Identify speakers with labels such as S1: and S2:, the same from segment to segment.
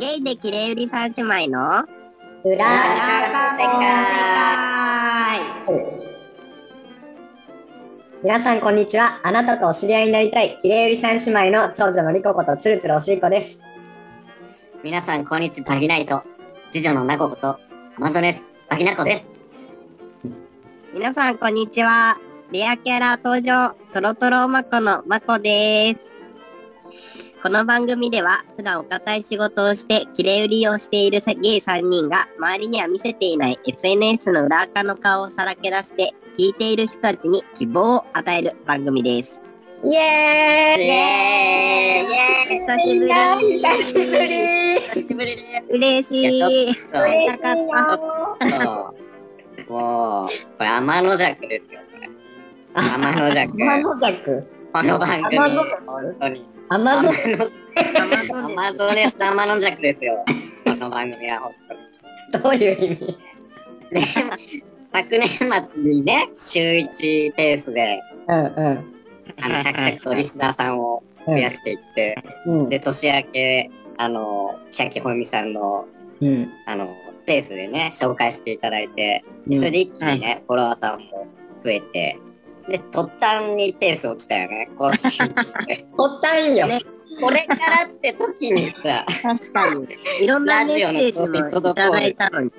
S1: ゲイでキレイ売り三姉妹の裏
S2: 裏世界
S1: 界
S2: 皆さんこんにちはあなたとお知り合いになりたいきれい売り三姉妹の長女のりこことつるつるおしりこです
S3: 皆さん、こんにちは、バギナイト。次女のナコこと、マゾネス、バギナコです。
S1: 皆さんこんにちはレアキャラ登場トロトロマコのマコですこの番組では普段お堅い仕事をしてキレイ売りをしているゲイ3人が周りには見せていない SNS の裏垢の顔をさらけ出して聞いている人たちに希望を与える番組です
S2: イエーイ
S1: イエーイ久しぶり
S2: みんな久しぶり
S3: 久しぶりです。
S1: 嬉しい
S3: 嬉
S1: しい
S2: よ
S3: もう、これ、天の弱ですよ、これ。天の
S2: 天
S3: 弱。
S2: の弱
S3: この番組、
S2: 天の弱
S3: 本当に。
S2: 天の
S3: 天のアマゾネス、天の弱ですよ。この番組は、本当に。
S2: どういう意味
S3: で、昨年末にね、週1ペースで、
S2: うんうん
S3: あの、着々とリスナーさんを増やしていって、
S2: うん
S3: で、年明け、あの、千秋ほゆみさんの、
S2: うん
S3: あの、スペースでね、紹介していただいて、
S2: うん
S3: それで一気にね、フォロワーさんも増えて、で、突端にペース落ちたよね、こう
S2: おったんよ
S1: ね
S3: これからって時にさ、
S1: 確かに。いろんなメッセージもいただいたのに。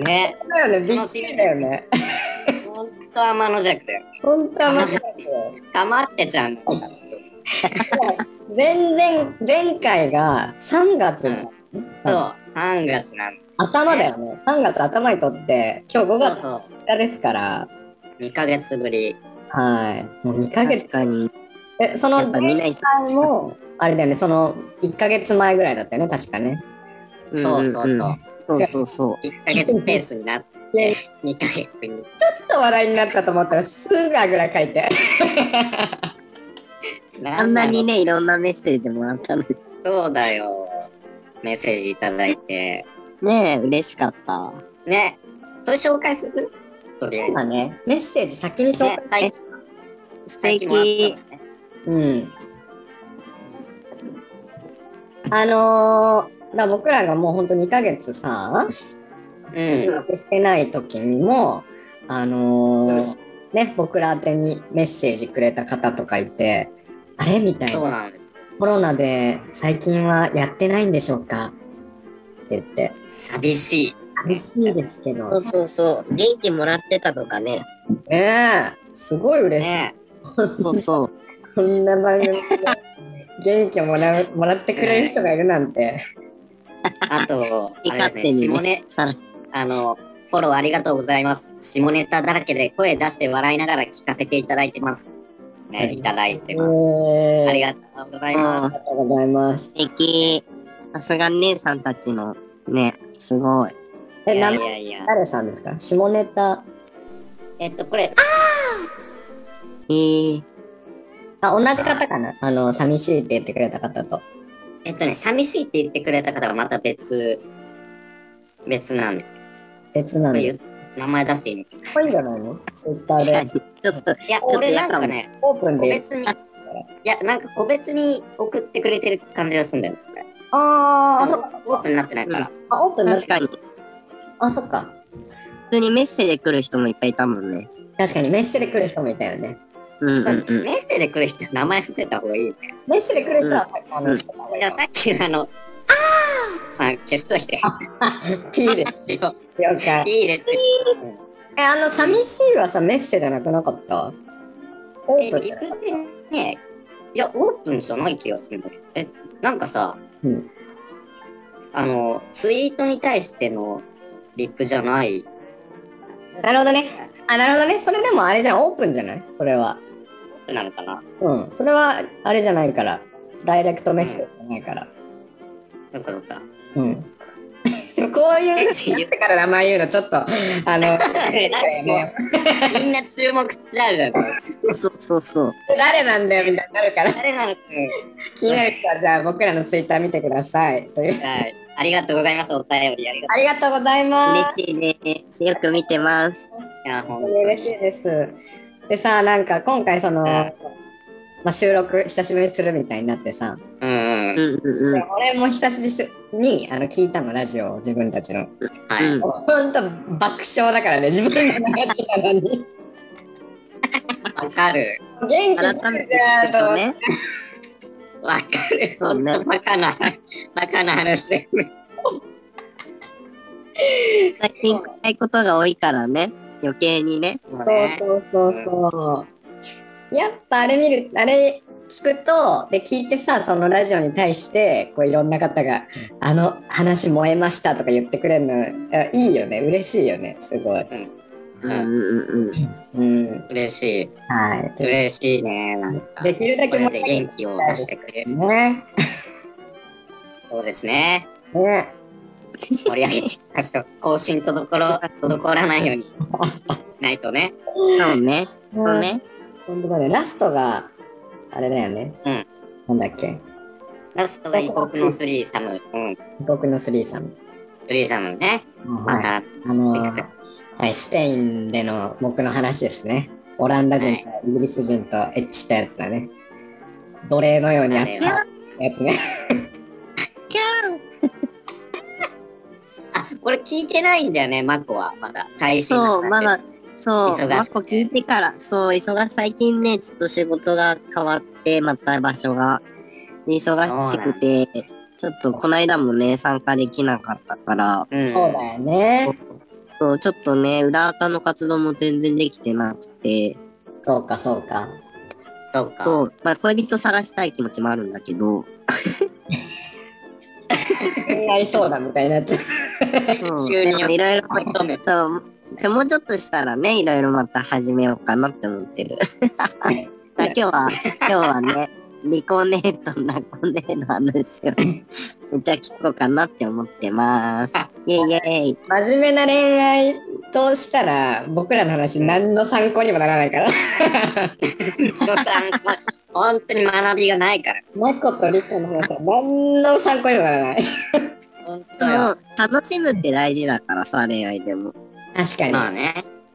S3: ね、
S2: だよねびっくりだよね
S3: ほんと天の弱だよ。
S2: 本当面白いよ
S3: かまってちゃんだったの
S2: 全然前回が3月の、
S3: そう、3月なんだ。
S2: 頭だよね3月頭にとって今日5月
S3: そうそ
S2: 2日ですから
S3: う、2ヶ月ぶり。
S2: はいもう2ヶ月
S1: かに。
S2: えそ
S1: やっ
S2: の
S1: ぱみんな
S2: 前
S1: 一
S2: 回もあれだよねその1ヶ月前ぐらいだったよね確かね
S3: そうそうそう。
S1: そうそうそ
S3: 1ヶ月ペースになって、2ヶ月に。
S2: ちょっと話題になったと思ったらすぐあぐらい書いて
S1: う。あんなにね、いろんなメッセージもらったのに。
S3: そうだよ。メッセージいただいて。
S1: ねえ、嬉しかった。
S3: ね。それ紹介するとりあえ
S2: そうだねメッセージ先に
S3: ず。
S2: 紹
S3: ね
S2: 介、
S3: 最
S1: 素
S3: 最近もらった
S1: 敵
S3: の。ね。
S2: うんあのー、だから僕らがもうほんと2ヶ月さ
S3: うん。
S2: してない時にもあのーね僕ら宛てにメッセージくれた方とかいてあれみたい
S3: そう
S2: な
S3: なんで
S2: コロナで最近はやってないんでしょうかって言って
S3: す。寂しい。
S2: 寂しいですけ
S1: そ
S2: ど
S1: うそうそう。元気もらってたとかね。
S2: ねえすごい嬉しい、
S3: ね。
S1: そうそう。
S2: こんな番組で元気をもらうもらってくれる人がいるなんて
S3: あ と、あれです
S1: 勝
S3: ね、
S1: 手
S3: 下
S1: に
S3: ネ、
S1: さら
S3: あの、フォローありがとうございます。下ネタだらけで声出して笑いながら聞かせていただいてます。
S2: は
S3: ね、
S2: い
S3: いただいて
S2: え
S3: ます。
S2: ー
S3: あ
S2: あ
S3: り
S2: り
S3: がとうございま
S1: う
S3: す。
S2: がとうございます
S1: 素敵。さすが姉さんたちのね、すごい。
S3: い
S2: え
S3: や
S2: 名
S3: い
S2: 前
S3: やいや。
S2: 誰さんですか下ネタ
S3: えっと、これ、
S1: えー、
S2: あ同じ方かなあの寂しいって言ってくれた方と
S3: えっとね、寂しいって言ってくれた方はまた別、別なんですよ。
S2: 別な
S3: こ
S2: ん
S3: れ
S2: で
S3: 言う名前出していいのか
S2: かっこいいんじゃないのツイッターで
S1: ちょっと、
S3: いや、これなんかね、
S2: オープン
S3: 個
S2: で。
S3: 別に、いや、なんか個別に送ってくれてる感じがするんだよ。
S2: あーあ、そっか。
S3: オープンになってないから。
S2: あ、オープンだ
S1: 確かに。普
S2: あ、そっか。
S1: 通にメッセージ来る人もいっぱいいたもんね。
S2: 確かにメッセで来る人もいたよね。
S1: うんうんうん。
S3: メッセージで来る人、名前伏せた方がいいよね。
S2: メッセで来る人はさっきあ
S1: う
S2: の
S1: ん
S2: 人がい
S3: じゃあ
S2: た
S3: さっきのあの、あさん消しといて。
S2: P です。
S3: 了
S2: 了解。
S3: いいねって。
S2: え、あの、寂しいはさ、メッセじゃなくなかったオー
S3: え、
S2: プン
S3: リプでね、いや、オープンじゃない気がするんだけど。え、なんかさ、
S2: うん
S3: あの、ツイートに対してのリップじゃない。
S2: なるほどね。あ、なるほどね。それでもあれじゃん、オープンじゃないそれは。
S3: なのかな
S2: うん。それは、あれじゃないから。ダイレクトメッセージじゃないから。
S3: どっかどっか。
S2: うん。 こういう、
S3: えっていう
S2: だから名前言うの、ちょっと、あ の、ね
S3: みんな注目しちゃうじゃん。これ
S1: そうそうそう。
S2: 誰なんだよ、みたいになるから。
S3: 誰なのか。
S2: 気になる人はじゃあ僕らのツイッター見てください。という
S3: はい。ありがとうございます。お便りありがと
S2: ありがとうございます。
S1: 嬉しいね。よく見てます。
S3: う。いや、ほん
S2: 嬉しいです。でさなんか今回その、
S3: うん
S2: まあ、収録久しぶりにするみたいになってさ、
S3: うんうん。
S1: んうんうん。
S2: 俺も久しぶりにあの聞いたのラジオを自分たちの
S3: はい。
S1: うん
S2: ほんと爆笑だからね自分が流ってたのに
S3: わかる。
S2: 元気にな
S1: 改め
S2: る
S1: て
S2: じゃ
S1: 聞
S2: ん
S1: く
S2: と
S1: と
S2: 思って
S1: ね。
S3: わかる。ほんとバカな、バカな話で。
S1: 最近暗いことが多いからね。余計にね。
S3: もうね
S2: そうそうそうそう。やっぱあれ見るあれ聞くとで聞いてさそのラジオに対してこういろんな方が「あの話燃えました」とか言ってくれるのあいいよね嬉しいよねすごい。
S1: うん
S3: う
S1: うん
S3: ん
S1: うんうん。
S2: うん、
S3: 嬉し
S2: はい
S3: い。嬉しいね。なんか。
S2: できるだ
S3: こ
S2: け
S3: れ
S2: も
S3: で元気を出してくれる。
S2: ね。
S3: そうですね。
S2: ね。
S3: 盛り上げていきましょう。更新とどころ、滞らないようにしないとね。
S1: そうね。そうね。
S2: 本当だねラストがあれだよね。
S3: うん
S2: なんだっけ
S3: ラストが異国のスリーサム。うん。
S2: 僕のスリーさん。
S3: スリーサムね。ま
S2: はい、
S3: た、
S2: あのーはい、スペインでの僕の話ですね。オランダ人とイギリス人とエッチしたやつだね。奴隷のようにあ
S3: あ
S2: った
S3: れ
S1: や
S3: は
S2: やつね。
S1: キャ
S3: あ、これ聞いてないんだよね、マコは。まだ、最
S1: ン
S3: 新の
S1: そう、
S3: 話。
S1: まだ、そう、
S3: 忙
S1: マ
S3: しくて
S1: コ聞いてから、そう、忙し、最近ね、ちょっと仕事が変わって、また場所が、で忙しくて、ちょっとこの間もね、参加できなかったから、
S3: うん。
S2: そうだよね。
S1: そうちょっとね、裏垢の活動も全然できてなくて、
S2: そうか、そうか。
S3: そうか。
S1: そう、まあ、恋人探したい気持ちもあるんだけど、
S2: やりそうだみたいになっちゃう。
S1: そう
S3: 急に
S1: でもいろいろ、
S3: 求め
S1: そう、じゃあもうちょっとしたらね、いろいろまた始めようかなって思ってる。だ 今日は、今日はね、 リコネート、ナコネーの話 を、めっちゃ聞こうかなって思ってます。イェイイェイ。
S2: 真面目な恋愛としたら、僕らの話何の参考にもならないから。
S3: 人さん、本当に学びがないから。
S2: マコとリコの話は何の参考にもならない。
S3: 本当
S1: で
S3: よ。
S1: も、楽しむって大事だからさ、恋愛でも。
S2: 確かに。
S3: まあね。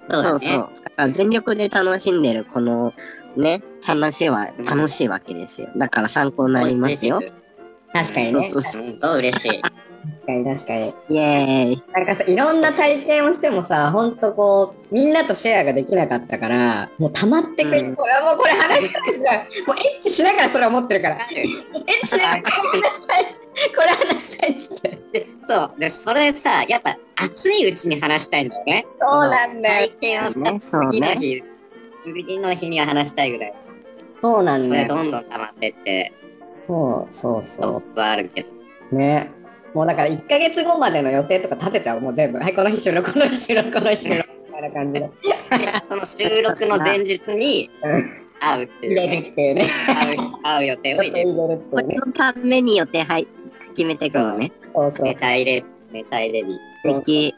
S3: そ
S1: そ
S3: うだ
S1: う
S3: ね。
S1: そう。だから全力で楽しんでるこのね、話は楽しいわけですよ。だから参考になりますよ。
S2: 確かに
S1: そう
S2: ね
S1: そ。うそう。
S3: すごい嬉しい。
S2: 確かに、確かに。
S1: イェーイ。
S2: なんかさいろんな体験をしてもさほんとこうみんなとシェアができなかったからもう溜まってくる、
S1: うん
S2: これもうこれ話したいじゃんもうエッチしながらそれは思ってる からエッチしながらこれ話したいこれ話したいっつって
S3: でそう。で、それさ、やっぱ熱いうちに話したいんだよね。
S2: そうなんだよ
S3: 体験をした
S1: そう
S3: 次の
S1: ね
S3: 日、次の日には話したいぐらい。
S2: そうな
S3: そ
S2: んだ
S3: れ
S2: よ
S3: どんどん溜まってって、
S2: そうそう
S3: そ
S2: そう
S3: はあるけど。
S2: うねもうだから1ヶ月後までの予定とか立てちゃうもう全部はいこの日収録この日収録この日 収録みたいな感じで
S3: でその収録の前日に
S2: う
S3: 会うっていう、
S2: 入れるっていうね
S3: 会う会う予定を入れる。
S2: 入れるって
S1: こ
S2: いう
S1: れ
S2: ね
S1: のために予定はい決めていくのね。
S2: そうそう
S3: ネタ入れ、ネタ入れ日。
S1: 素敵。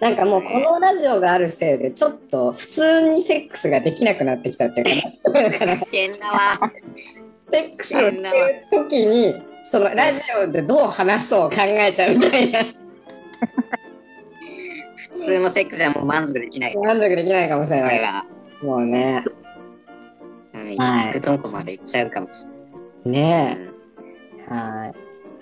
S2: なんかもうこのラジオがあるせいでちょっと普通にセックスができなくなってきたっていうかなだからセ
S3: 危険だわ。
S2: ックスをしてる時にそのラジオでどう話そう考えちゃうみたいな
S3: 普通のセックスじゃもう満足できない。こ
S2: 満足できないかもしれな
S3: れ
S2: い
S3: は、
S2: もうね
S3: 行
S2: はい
S3: き着くとこまで行っちゃうかもしれない
S2: ね。えは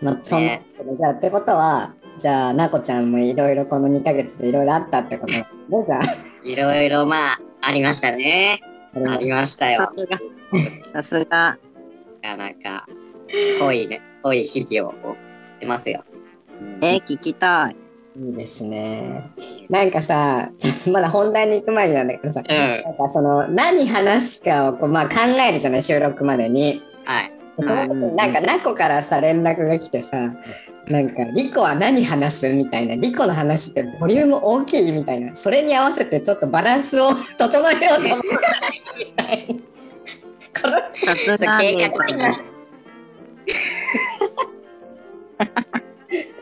S2: いまあそんなことで、じゃあってことはじゃあなこちゃんもいろいろこの2ヶ月でいろいろあったってことどうじゃあ
S3: いろいろまあ、ありましたね。ありましたよ
S1: さ。さすが。
S3: なかなか、濃いね、濃い日々を送ってますよ。
S1: え、聞きたい。
S2: いいですねなんかさちょっとまだ本題に行く前になんだけどさ
S3: うん。は
S2: なんかその何話すかをこう、まあ、考えるじゃない収録までに。
S3: い。
S2: その時になんかナコからさ連絡が来てさなんか「リコは何話す?」みたいな「リコの話ってボリューム大きい?」みたいなそれに合わせてちょっとバランスを整えようと思ったみたいな。こ
S1: さすが
S3: 計
S1: 姉
S3: 画的
S1: さん。
S3: に
S2: の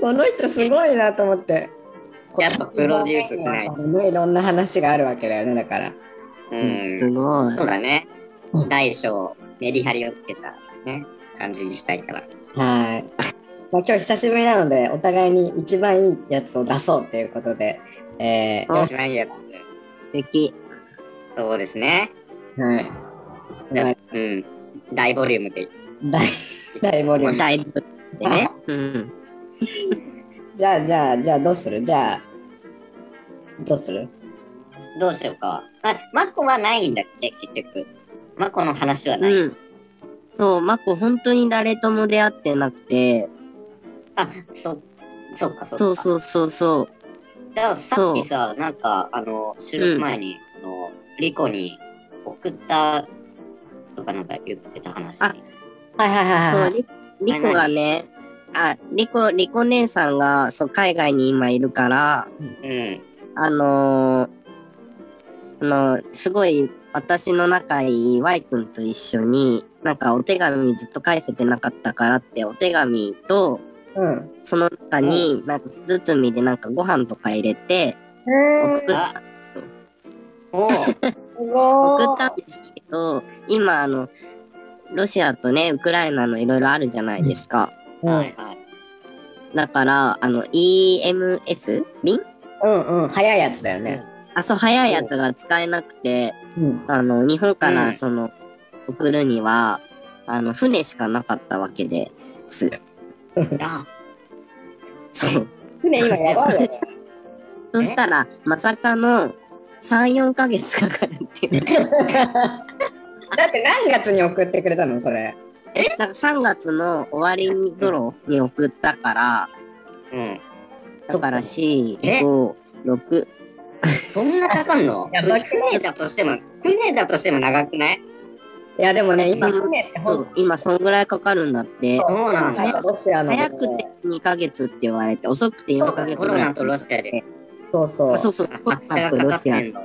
S2: この人すごいなと思って。
S3: やっぱプロデュースしない
S2: こうね、いろんな話があるわけだよねだから。
S3: う
S1: す
S3: ん。
S1: ごい
S3: そ。うだね。大小、メリハリをつけた、ね、感じにしたいから。
S2: はい。まあ、今日久しぶりなのでお互いに一番いいやつを出そうということで、えー
S1: お
S3: 一番いいやつ。
S1: 素敵。
S3: そうですね。
S2: はい。言われ
S3: うん。大ボリュームで。
S2: 大大ボリューム。
S1: だいぶでね。うん。
S2: じゃあじゃあじゃあどうするじゃあどうする
S3: どうしようか。あ、マコはないんだっけ、結局。マコの話はない。
S1: うん。そう、マコ本当に誰とも出会ってなくて、
S3: あ、そ、そっかそっか。
S1: そうそうそうそう。
S3: だからさっきさ、なんか、あの、収録前に、その、リコに送ったとかなんか言ってた話。
S1: あ
S2: はいはいはい
S1: そ
S2: は
S1: う、
S2: い。
S1: リリコがね、あ、リコ、リコ姉さんが、そう、海外に今いるから、
S3: うん。
S1: あのーあの、すごい、私の仲いい Y 君と一緒に、なんかお手紙ずっと返せてなかったからって、お手紙と、
S2: うん。
S1: その中に、なんか、包みでなんかご飯とか入れて、送っ
S3: あおう
S2: すご
S1: 送ったんですけど、今、あの、ロシアとね、ウクライナのいろいろあるじゃないですか。
S2: うん
S3: はいはい。
S1: だから、あの、EMS 便
S2: うんうん。早いやつだよね。
S1: あ、そう、早いやつが使えなくて、
S2: うん。
S1: あの、日本か
S3: うん
S1: ら、その、送るには、あの、船しかなかったわけです。
S3: あ、
S1: そう。
S2: 船今やばいよね。
S1: そしたら、まさかの、3、4ヶ月かかるっていう。
S2: だって何月に送ってくれたのそれ。
S1: なんか3月の終わりに頃に送ったから、
S3: うん。
S1: だから
S3: え
S1: 4、5、6、
S3: そんなかかんの
S2: やばくない
S3: 船だとしても、船だとしても長くない
S2: いやでもね、今
S1: うん
S2: 船って
S1: そ
S2: 本
S1: う、今そんぐらいかかるんだって。
S3: そうなんだ
S2: 当ロシアの。
S1: 早くて2ヶ月って言われて、遅くて4ヶ月
S3: コ
S1: ぐ
S3: ロ
S1: ら
S3: ナ
S1: い。
S3: とロシアで。
S2: そうそう。
S1: あそうそう、コロ
S3: 暑
S1: ナ
S3: さ
S1: と
S3: がか
S1: ロ
S3: かっ
S1: シア
S3: て。んの。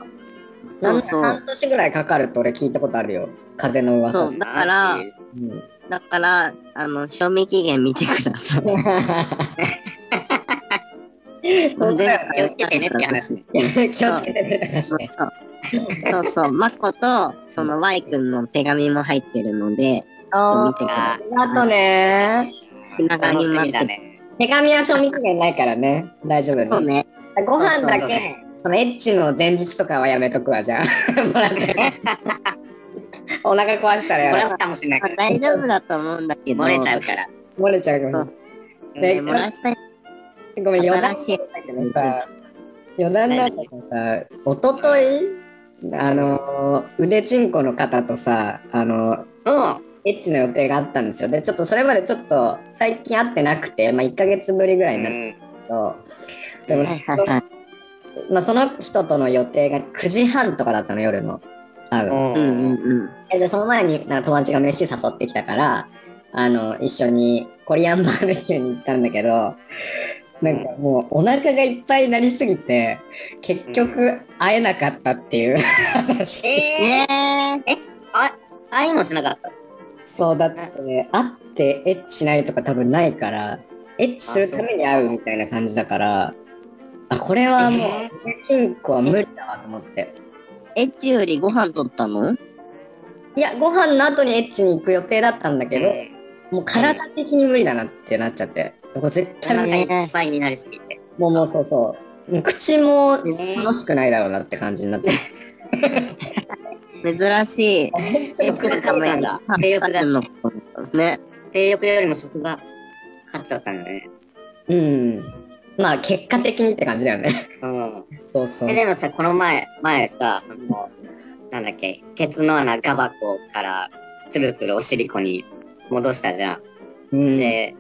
S1: そうそう
S2: なんか半年ぐらいかかるって俺聞いたことあるよ。風の噂。
S1: そう、だから、
S2: うん
S1: だから、あの、賞味期限見てく ださい。
S2: そうだよ
S3: 気をつけてねって話。
S2: ね。気をつけてねって
S1: そ
S2: 話
S1: う
S2: ね。
S1: そう、そうそう、マコと、その Y 君の手紙も入ってるので、ちょっと見てくだ
S3: あ
S1: さ
S2: あとね、
S1: い。なが
S3: 楽
S1: に
S3: し
S1: 待
S3: み
S1: っ
S3: だ
S1: てて。
S3: ね。
S2: 手紙は賞味期限ないからね、大丈夫ね
S1: そうね。
S2: ご飯だけ
S3: そ
S2: そう
S3: そうそ
S2: のエッチの前日とかはやめとくわじゃあ も らってお腹壊したら
S3: 漏
S2: や
S3: ら
S2: ば
S3: すかもしれない
S1: ま
S3: か
S1: あ
S3: ら。
S1: 大丈夫だと思うんだけど。
S3: 漏れちゃうから。
S2: い漏れちゃうか
S1: そ
S2: も
S1: う
S2: で
S1: ね漏らしたい。
S2: ごめん余談
S1: 新しい
S2: だけどさ余談なんだけどさおとといあの腕ちんこの方とさあの
S3: うん。
S2: エッチの予定があったんですよでちょっとそれまでちょっと最近会ってなくて、まあ、1ヶ月ぶりぐらいになったけど、でも
S1: はいはいはい。
S2: まあ、その人との予定が9時半とかだったの夜の会う
S3: うん
S1: う
S3: う
S1: う
S3: ん
S1: んんうん。
S2: えでその前になんか友達が飯誘ってきたからあの一緒にコリアンバーベキューに行ったんだけどなんかもうお腹がいっぱいになりすぎて結局会えなかったっていう話、
S3: え
S1: ねえ。
S3: ー、愛もしなかった。
S2: そうだって、ね、会ってエッチしないとか多分ないからエッチするために会うみたいな感じだからあこれはもう、
S3: え
S2: チンコは無理だわと思って
S1: エッチよりご飯取ったの
S2: いやご飯の後にエッチに行く予定だったんだけど、もう体的に無理だなってなっちゃって、もう絶
S3: お
S2: 対無理
S3: 腹いっぱいになりすぎて。
S2: もうもうそうそう。もう口も
S3: ね
S2: 楽しくないだろうなって感じになっちゃう。
S1: 珍しい。
S3: 食が勝ったんだ。性欲が、
S1: のことですね。
S3: 性欲よりも食が勝っちゃったんだね。
S2: うん。まあ結果的にって感じだよね。
S3: うん。
S2: そうそう
S3: え。でもさ、この前、前さ、その、なんだっけ、ケツの穴ガバコからつるつるおしりこに戻したじゃん。
S2: うん、
S3: で、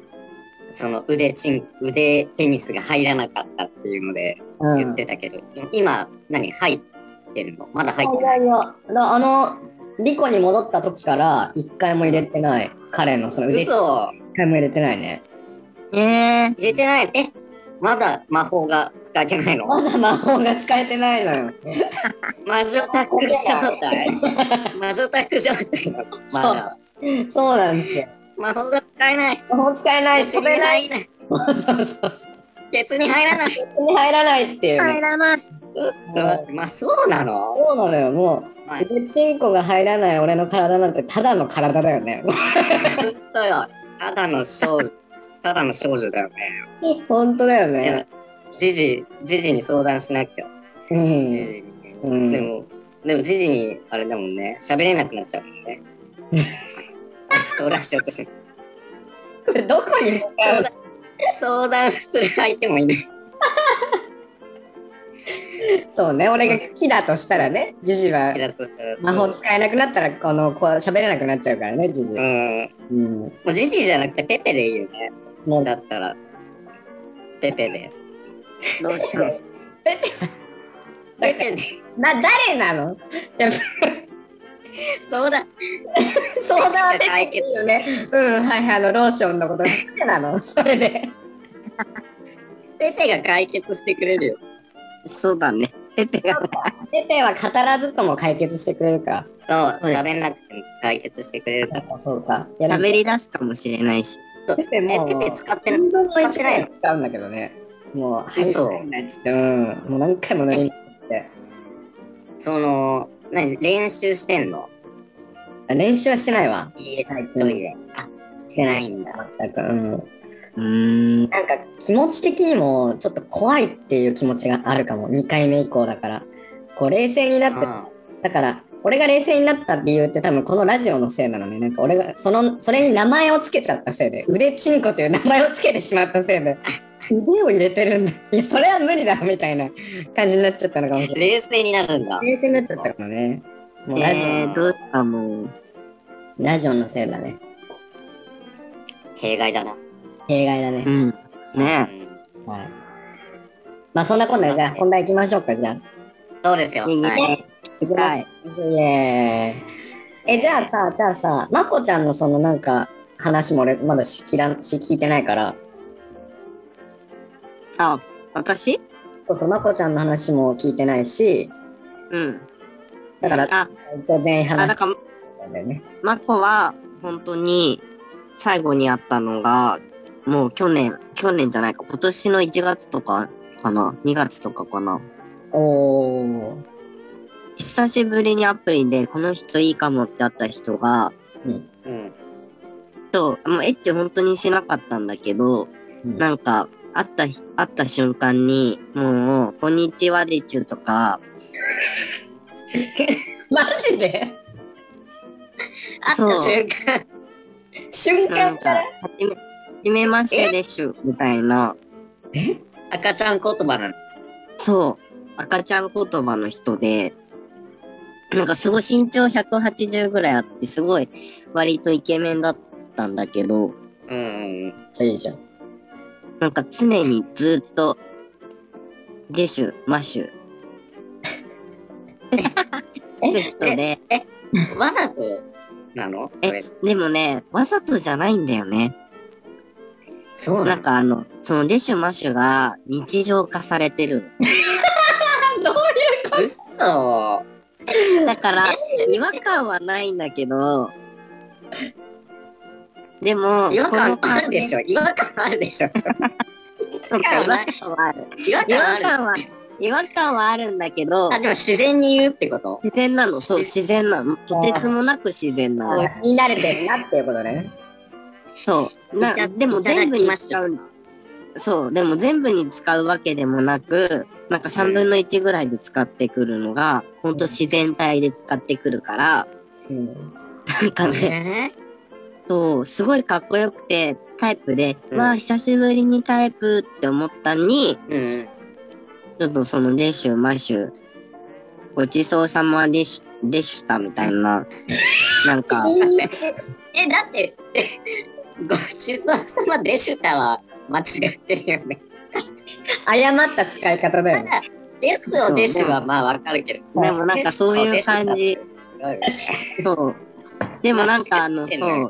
S3: その腕チン、腕テニスが入らなかったっていうので
S2: うん、
S3: 言ってたけど、今、何、入ってるのまだ入って
S2: い
S3: な
S2: や
S3: い。
S2: いや、だあの、リコに戻った時から一回も入れてない。彼のその腕一
S3: 嘘
S2: 回も入れてないね。
S1: ねえ。
S3: 入れてない。えまだ魔法が使えてないの
S2: まだ魔法が使えてないのよ。
S3: 魔女タックル状態魔女タックル状態なのまだ。
S2: そうなんですよ。
S3: 魔法が使えない。
S2: 魔法使えない、
S3: お尻
S2: 飛
S3: に
S2: べない。
S3: 入 らない。
S2: そうそうそう。
S3: ケツに入らない。
S2: 手に入らないっていうね、
S1: らない。
S2: う
S3: まあそうなの
S2: そうなのよ、もう。
S3: まあ、
S2: 腕チンコが入らない俺の体なんてただの体だよね。
S3: 本当よ。ただの少女。 ただの少女だよね。
S2: 本当だよ
S3: いや
S2: ね。
S3: ジジ、ジジに相談しなきゃ。
S2: う
S3: ジ
S2: ん。
S3: ジに。
S2: うん
S3: でも、でも、時事に、あれだもんね、喋れなくなっちゃうもん ね。相談しようとしても
S2: これどこに向かうの
S3: 相談する相手もいない。
S2: そうね、俺が好きだとしたらね、ジジは
S3: だとしたら
S2: 魔法使えなくなったら、この、こう喋れなくなっちゃうからね、ジジ
S3: う。ん。
S2: うん。
S3: もうジジイじゃなくてペペでいいよね。
S2: もう
S3: だったら。ペペで。
S1: どうしよう。
S2: だ
S3: ペ
S2: から
S3: ペで。
S2: な、誰なの
S3: そうだ。
S2: 相談で
S3: 解決
S2: いいよね。うん、はいはい、あの、ローションのこと、誰なのそれ で。
S3: ペペが解決してくれるよ。
S1: そうだね。ペペが。
S2: ペペは語らずとも解決してくれるか。
S3: そう、喋んなくても解決してくれるか
S2: そ
S3: ら。
S2: うか、そうか。いや、なん
S1: 喋
S2: か
S1: り出すかもしれないし。
S2: ペペ
S3: え、
S2: もう、
S3: ペペ使ってる
S2: 半分の
S3: 使って
S2: 1
S3: ない
S2: 回
S3: の
S2: 使うんだけどね。もう、はい、
S3: 嘘
S2: 入んないっつって、うん。もう何回も乗りって。
S3: その、何練習してんの
S2: あ練習はしてないわ。
S3: 家で
S2: はい
S3: 一人で。あ、してないんだ。
S2: 全く、うん。
S1: うーん。
S2: なんか気持ち的にもちょっと怖いっていう気持ちがあるかも2回目以降だからこう冷静になって
S3: あ
S2: だから俺が冷静になった理由って多分このラジオのせいなのねなんか俺がそのそれに名前をつけちゃったせいで腕チンコという名前をつけてしまったせい で腕を入れてるんだいやそれは無理だみたいな感じになっちゃったのかもしれない
S3: 冷静になるんだ。
S2: 冷静になっちゃったからねもうラジオ,、
S1: えー、どうしたもう。
S2: ラジオのせいだね
S3: 弊害だな。
S2: 弊害だ
S1: う
S2: ね、
S1: ん。ね
S3: うん
S2: はいまあそんなことでじゃあ本題行きましょうかじゃあ
S3: そうですよ。
S1: え。いい
S3: はい
S1: ね。
S2: 行きましょう
S1: はい。
S2: イエーイ。え、じゃあさ、じゃあさ、まこちゃんのそのなんか話も俺まだしきらんし聞いてないから、
S1: あ、私
S2: そうそう、まこちゃんの話も聞いてないし、
S1: うん。
S2: だから
S1: あ、
S2: 一応全員
S1: あ
S2: 話
S1: だ
S2: し
S1: から、
S2: たんだよね。
S1: マコは本当に最後に会ったのがもう去年去年じゃないか今年の1月とかかな2月とかかな
S2: おー。
S1: 久しぶりにアプリでこの人いいかもって会った人が
S3: うん。
S1: ともうエッチ本当にしなかったんだけど
S2: うん
S1: なんか会ったひ会った瞬間にもう「こんにちはでちゅ」とか
S2: マジで
S1: そう
S3: 瞬間。
S2: 瞬
S1: なん
S2: 間
S1: か
S2: か
S1: は
S2: ら
S1: じめはじめましてでしゅ」みたいな
S2: え
S3: 赤ちゃん言葉なの。
S1: そう。赤ちゃん言葉の人で、なんかすごい身長180ぐらいあって、すごい割とイケメンだったんだけど、
S3: うんうんうん。
S2: じゃあいいじゃん。
S1: なんか常にずっと、デシュ、マッシュ。 ってる人で、
S3: わざとなのそれ。
S1: でもね、わざとじゃないんだよね。
S3: そ
S1: な
S3: うなんの
S1: かあの、そのデシュ、マッシュが日常化されてる
S2: どういう
S3: 嘘
S1: の。だから、違和感はないんだけど、でも、
S3: 違和感
S1: この
S3: あるでしょ違和感あるでしょ
S1: そうか、違和感はある。
S3: 違和
S1: 違
S3: 感あ
S1: 和
S3: る
S1: 感は、違和感はあるんだけど
S3: あ、、でも自然に言うってこと
S1: 自然なの、そう、自然なの。とてつもなく自然なの。
S2: ことに慣れてるなっていうことね。
S1: そう。ない
S3: た
S1: でも
S3: いただ
S1: 全部
S3: き
S1: に
S3: まし
S1: 使
S3: た
S1: う。そう、でも全部に使うわけでもなく、なんか3分の1ぐらいで使ってくるのが、ほんと自然体で使ってくるから、
S2: うん、
S1: なんかね、
S3: ね
S1: そう、すごいかっこよくて、タイプで、
S3: うん
S1: わあ、久しぶりにタイプって思ったのに、
S3: うん。
S1: ちょっとそのデシュ、マッシュ、ごちそうさまでしでしたみたいな、なんか、
S3: え、だって、えごちそうさまでしたは間違ってるよね。
S2: 誤った使い方だよ
S3: た
S2: ね。
S3: だ、ですをでしはまあわかるけど。
S1: でもなんかそういう感じ。そう。でもなんかあの、そ
S3: 間違って
S1: う。
S3: んね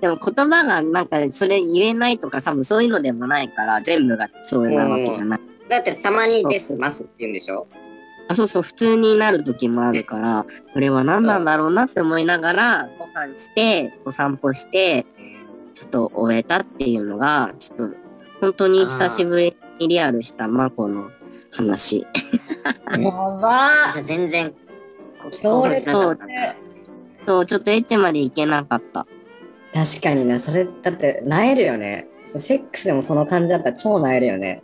S1: でも言葉がなんかそれ言えないとか多分そういうのでもないから全部がそうなわけじゃない。
S3: だってたまにですますって言うんでしょ
S1: あそうそう普通になる時もあるからこれは何なんだろうなって思いながらご飯してお散歩してちょっと終えたっていうのがちょっと本当に久しぶりにリアルしたマコの話。
S2: やば
S3: じゃあ全然、こ
S2: 強烈
S3: 興奮しなかったんだ
S1: そうちょっとエッチまで行けなかった。
S2: 確かにな、それだって、なえるよね。そうセックスでもその感じだったら超なえるよね。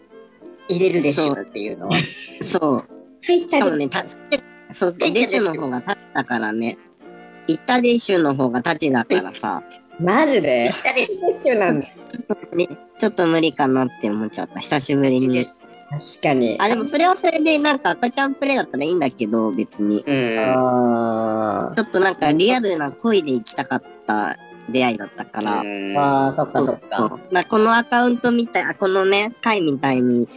S3: 入れるでしょっていうのは。
S1: そう。
S2: 入っ
S1: しかも
S2: り
S1: ね、たそうそう、
S3: で
S1: デシュの方が立ちだからね。行ったデシュの方が立ちだからさ、
S2: マジで
S3: 来たでし
S2: ティッシュなんだ。
S1: ね、ちょっと無理かなって思っちゃった、久しぶりに。
S2: 確かに。
S1: あ、でもそれはそれで、なんか赤ちゃんプレイだったらいいんだけど、別に。
S3: うん。
S2: あ
S1: ちょっとなんかリアルな恋で行きたかった出会いだったから。
S2: ーあー、そっか
S1: そ
S2: そうっか。
S1: まあ、このアカウントみたい、あこのね、回みたいに、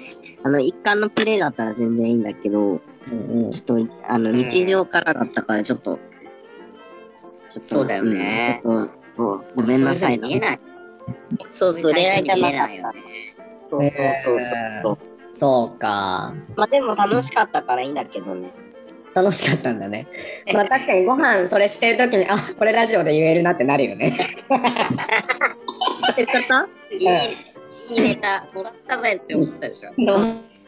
S1: あの、一貫のプレイだったら全然いいんだけど、
S2: うんうん
S1: ちょっと、あの、日常からだったから、ちょっと、ちょっと
S3: そうだよね
S1: うん、ちょっとごめんなさい
S3: そういうふうに見えない。
S1: そうそう、恋愛じゃなかった
S3: 見えないよ。ね。
S1: そうそうそうそう。
S2: そうか。
S1: まあ、でも楽しかったからいいんだけどね。
S2: 楽しかったんだね。まあ確かにご飯それしてるときに、あ、これラジオで言えるなってなるよね。
S1: ってこと
S3: いい、いいネタもらったぜって思ったでしょ。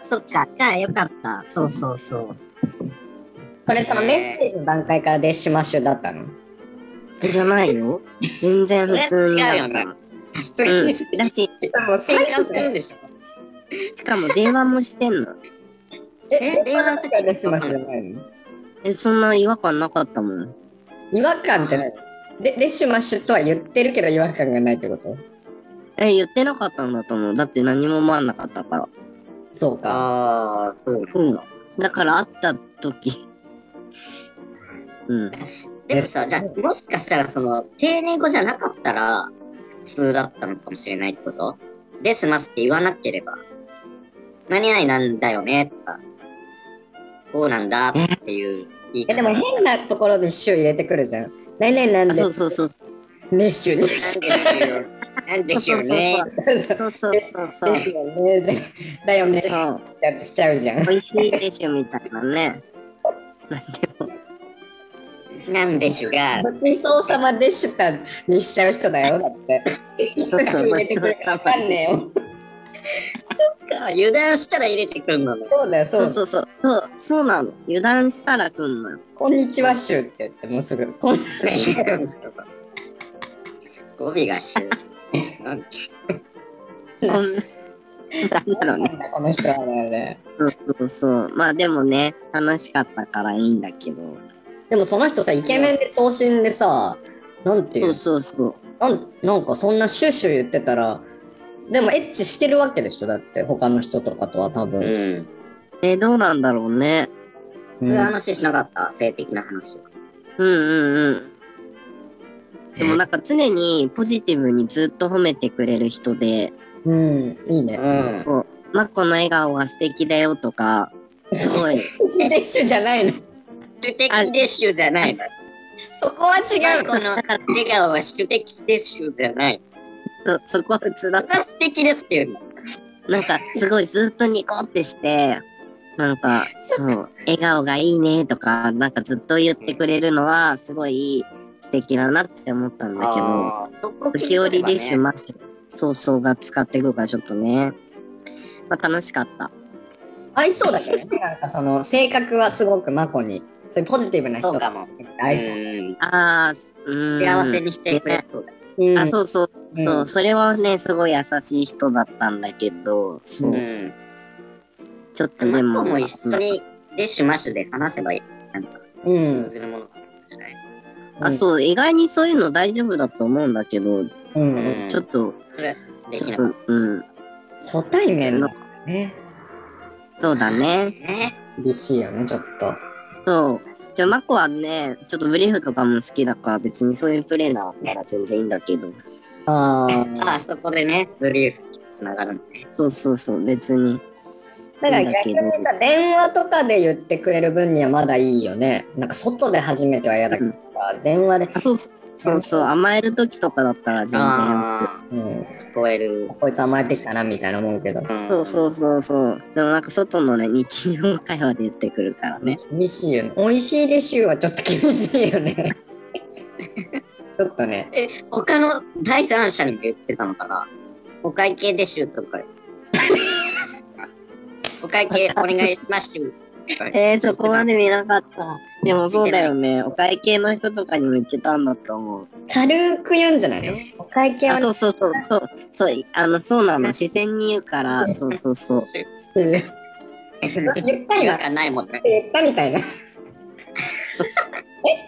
S1: そっか、じゃあよかった。そうそうそう。
S2: それそのメッセージの段階からデッシュマッシュだったの。
S1: えじゃないよ。全然普通に。
S3: それは違うよねそれ
S1: うん
S3: に、し、
S1: だし、
S2: もう
S3: 転換するんでしょ。
S1: しかも電話もしてんの。
S2: え、
S3: え
S2: 電話の時はデッシュマッシュじゃないの
S1: え、そんな違和感なかったもん。
S2: 違和感ってないでデッシュマッシュとは言ってるけど違和感がないってこと
S1: え、言ってなかったんだと思う。だって何も思わなかったから。
S2: そうか。
S3: ああ、そう。
S1: うん。だから会った時。うん。
S3: でもさ、じゃあ、もしかしたら、その、丁寧語じゃなかったら、普通だったのかもしれないってことで、済ますって言わなければ、何々なんだよね、とか、こうなんだっていう言い
S2: え、で
S3: 方
S2: も変なところでシュ入れてくるじゃん。何々なん
S1: あ
S2: で
S1: そうそうそう。
S2: メッシュで
S3: な
S2: す
S3: ん。でしょう。なんでしょうね。
S1: そうそうそうそう。
S2: ですよね。じゃだよね。
S1: そう。
S2: やしちゃうじゃん。
S1: 美味しいでしょみたいなね。
S3: なんでしょうが。
S2: ごちそうさまでしたにしちゃう人だよ。だって。いつシュ入れてくるかわかんねえよ。
S3: 油断したら入れてくるのね。
S2: そうだよ、
S1: そ
S2: そ
S1: ううそうそう。そう、そうなの。油断したら来んのよ。
S2: こんにちはシュって言って、もうすぐ。こんに
S3: 語尾がシュー。なん
S1: こんなんだろうね。
S2: この人はね。
S1: そうそうそう。まあでもね、楽しかったからいいんだけど。
S2: でもその人さ、イケメンで長身でさ、なんてい
S1: そううそうそう。
S2: なんなんかそんなシュシュ言ってたらでもエッチしてるわけでしょだって他の人とかとは多分、
S3: うん。
S1: え、どうなんだろうね。
S3: そう
S2: う
S3: いうん話しなかった、性的な話。
S1: うんうんうん。でもなんか常にポジティブにずっと褒めてくれる人で、
S2: うん、いいね、
S3: うん。
S1: マッコの笑顔は素敵だよとか、すごい。
S2: キデッシュじゃないの
S3: 主的でシュじゃないの。
S2: そこは
S3: 違
S2: 違
S3: う、
S2: う
S3: この笑顔は主的でシュじゃない。
S1: そ、そこは普通だっ
S3: 僕
S1: た。
S3: は素敵ですっていうの。
S1: なんかすごいずっとニコってして、なんか、そう、笑顔がいいねとか、なんかずっと言ってくれるのは、すごい素敵だなって思ったんだけど、
S3: あー、そこ
S1: 時折ディッシュ
S3: ま
S1: マッシュ、そうそうが使っていくからちょっとね、まあ楽しかった。
S2: 合いそうだけどねなんかその性格はすごくマコにそういうポジティブな人
S3: そうかも。
S2: 合いそう、
S1: ああ、うん。
S3: 幸せにしてくれそうだ。
S2: うん
S1: あ、そうそう、
S2: うん
S1: そう、それはね、すごい優しい人だったんだけど、そう、
S3: うん。
S1: ちょっと
S3: で
S1: で
S3: も、
S1: も、
S3: も一緒にデッシュマッシュで話せばいい。なんか、
S2: う
S3: 通
S2: ん
S3: ずるものがあるんじゃない
S1: あ、そう、意外にそういうの大丈夫だと思うんだけど、
S2: うん、
S3: うん
S1: ちょっと、
S3: それ、できな
S1: う
S3: かっ
S1: ん、うん、
S2: 初対面だからね
S1: そうだ
S3: た
S1: ね。
S3: ね。
S2: 厳しいよねちょっと
S1: そう。じゃあ、マコはね、ちょっとブリーフとかも好きだから、別にそういうプレーナーなら全然いいんだけど、
S2: あー
S3: ああそこでね、ブリーフにつながるのね。
S1: そうそうそう、別に。
S2: だから逆にさ電話とかで言ってくれる分にはまだいいよねなんか外で初めては嫌だけどさ、電話で
S1: あ、そうそう、そうそう、甘える時とかだったら全然。
S3: あ
S2: うん、
S3: あ、聞こえる。
S2: こいつ甘えてきたなみたいな思うけど
S1: そう
S3: う
S1: そ
S3: ん。
S1: うそうそう。でもなんか外のね、日常会話で言ってくるからね。
S2: 厳しいよね美味しいでしゅはちょっと厳しいよねちょっとね
S3: え、他の第三者にも言ってたのかなお会 計でしゅとか。お会計お願いしますしゅ。
S1: えー、そこまで見なかった。でもそうだよね。お会計の人とかにも言ってたんだと思う。
S2: 軽く言うんじゃないのお会計
S1: あ、
S2: は
S1: そ
S2: ね
S1: うそうそう、そう、そう、あの、そうなの。自然に言うから、そうそうそう。
S2: うん言った
S3: 違
S2: よ
S3: 和感ないもんね。
S2: 言ったみたいな。え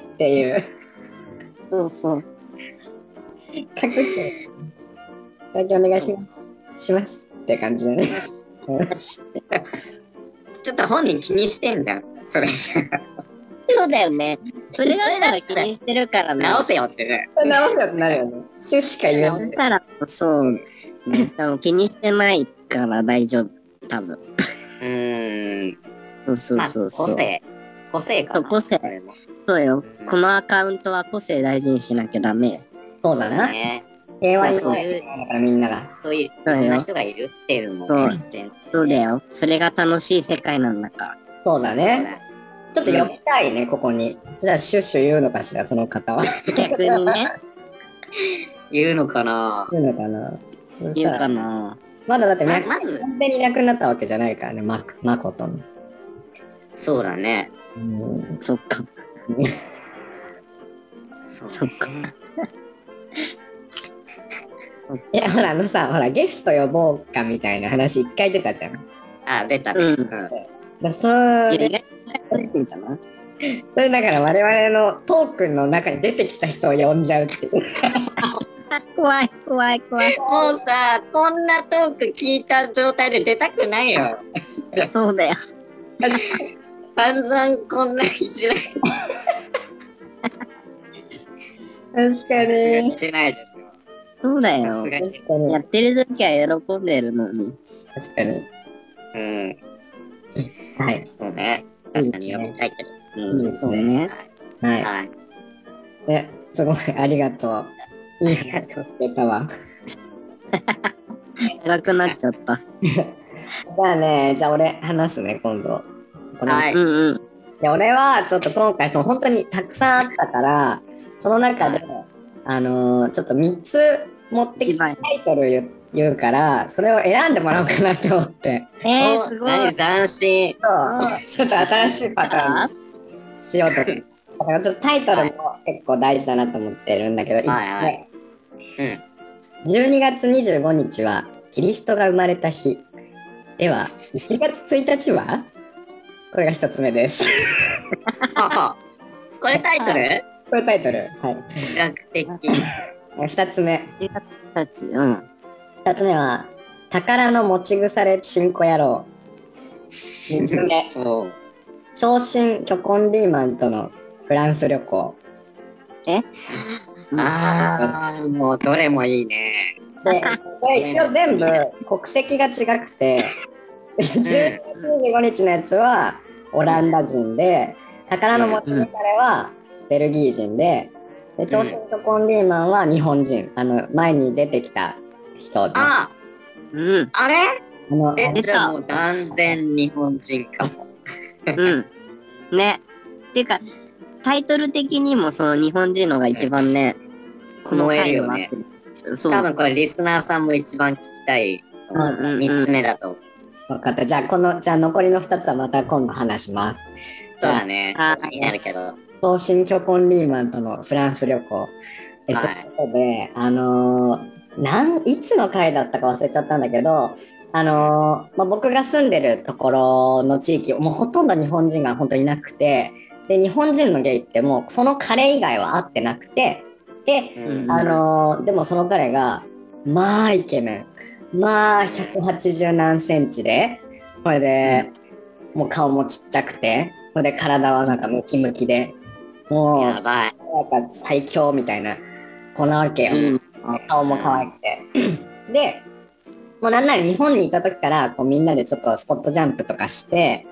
S2: っていう。
S1: そうそう。
S2: 隠して。だけお願いします。しますって感じだね。
S3: ちょっと本人気にしてんじゃん。それじゃ
S1: そうだよね。それだったら気にしてるからね。
S3: 直せよってね。
S2: 直せよってなるよね。主しか言わ
S1: 直
S2: ない。
S1: したら、そう。でも気にしてないから大丈夫。多分。
S3: うーん。
S1: そうそう
S3: まあ、
S1: そうそう。
S3: 個性。個性かな。
S1: そう個性
S3: これも
S1: そうよ。このアカウントは個性大事にしなきゃダメよ。
S2: そう
S3: そう
S2: だ
S3: だ
S2: な。
S3: ね。
S2: 平和に
S3: そう
S2: 生きてるからみんなが。
S3: そういう、い
S1: そうよ
S3: ろんな人がいるっていうのもね、全然
S1: そうだよ。それが楽しい世界なんだから。
S2: そうだ
S3: そう
S2: ね。
S3: だ
S2: ちょっと呼びたいね、ここに。じゃあ、シュッシュ言うのかしら、その方は。
S1: 逆に ね、
S3: 言うのかな。
S2: 言うのかな。そし
S1: 言
S2: た
S1: うからな。
S2: まだだって、
S3: ま
S2: ま、
S3: まず、
S2: 完全になくなったわけじゃないからね、ま、まことの。
S3: そうだね。
S2: うん
S1: そっか。
S3: そう
S1: そっか
S3: だね
S2: いや、ほら、あのさ、ほら、ゲスト呼ぼうかみたいな話、一回出たじゃん。だか
S3: あ、出たね。
S1: うん。
S2: らそれ
S1: いや、意外と出てんじゃない
S2: それだから我々のトークンの中に出てきた人を呼んじゃうっていう。
S1: 怖い、怖い、怖 い。
S3: もうさ、こんなトーク聞いた状態で出たくないよ。
S1: そうだよ。
S3: 散々こんな一覧
S2: 確か
S3: し
S2: に。
S3: てないですよ。
S1: そうだ
S3: さ
S1: よ
S3: す。がに。
S2: 確か
S1: や
S2: に。
S1: ってる時は喜んでるのに。
S2: 確かに。
S3: うん。
S2: はい。
S3: そうね。確かに読みたいけど。
S2: いい
S3: うん
S2: です
S1: そう
S2: ね。
S1: ね。
S2: はい。
S3: はい。
S2: え、すごい、ありがとう。いい話をしてたわ。
S1: 長くなっちゃった。
S2: じゃあね、じゃあ俺話すね、今度。これ
S3: はい。
S1: うんうん。
S2: で俺はちょっと今回その本当にたくさんあったからその中で、あのーちょっと3つ持ってき
S1: 一
S2: た
S1: 番。
S2: タイトル言う言うからそれを選んでもらおうかなと思って
S1: え
S3: お
S1: ー、すごい。
S3: 何斬新。
S2: そうちょっと新しいパターンにしようと思ってだからちょっとタイトルも結構大事だなと思ってるんだけど、
S3: はいはい
S2: い12月25日はキリストが生まれた日では1月1日はこれが1つ目です
S3: うん。これタイトル
S2: これタイトルはい
S3: 比較的。
S2: 2つ目
S1: 10月たち。うん。
S2: 二つ目は、宝の持ち腐れちんこ野郎。三つ目、
S3: おう
S2: 昇進巨婚リーマンとのフランス旅行。
S3: ああ、もうどれもいいね。
S2: で、こ れ一応全部国籍が違くて、10月25日のやつはオランダ人で、宝の持ち腐れはベルギー人で、で昇進巨婚リーマンは日本人。あの、前に出てきた人で。
S3: あ
S1: うん。
S3: あ、あれ
S2: あの
S3: え、
S1: 出た
S3: じゃあもう断然日本人かも。
S1: うん。ね。ていうか、タイトル的にもその日本人のが一番ね、この
S3: 燃える
S1: 回
S3: よ
S1: は、
S3: ね
S1: そう。
S3: 多分これリスナーさんも一番聞きたい。
S1: うんうんうん
S3: 3つ目だと。
S2: 分かった。じゃあ、この、じゃあ残りの2つはまた今度話します。
S3: そうだね
S1: あ。
S3: 気になるけど。
S2: 東進巨婚リーマンとのフランス旅行。えっと、
S3: はい
S2: ということで、あのーなん、いつの回だったか忘れちゃったんだけど、あのーまあ、僕が住んでるところの地域、もうほとんど日本人が本当にいなくて、で、日本人のゲイってもうその彼以外は会ってなくて、で、
S1: うん
S2: あのーでもその彼が、まあイケメン。まあ180何センチで、これで、もう顔もちっちゃくて、これで体はなんかムキムキで、もう
S3: やばい。
S2: なんか最強みたいな子なわけよ、
S1: うん
S2: 顔も可愛くて でもうなんなら日本にいた時からこうみんなでちょっとスポットジャンプとかして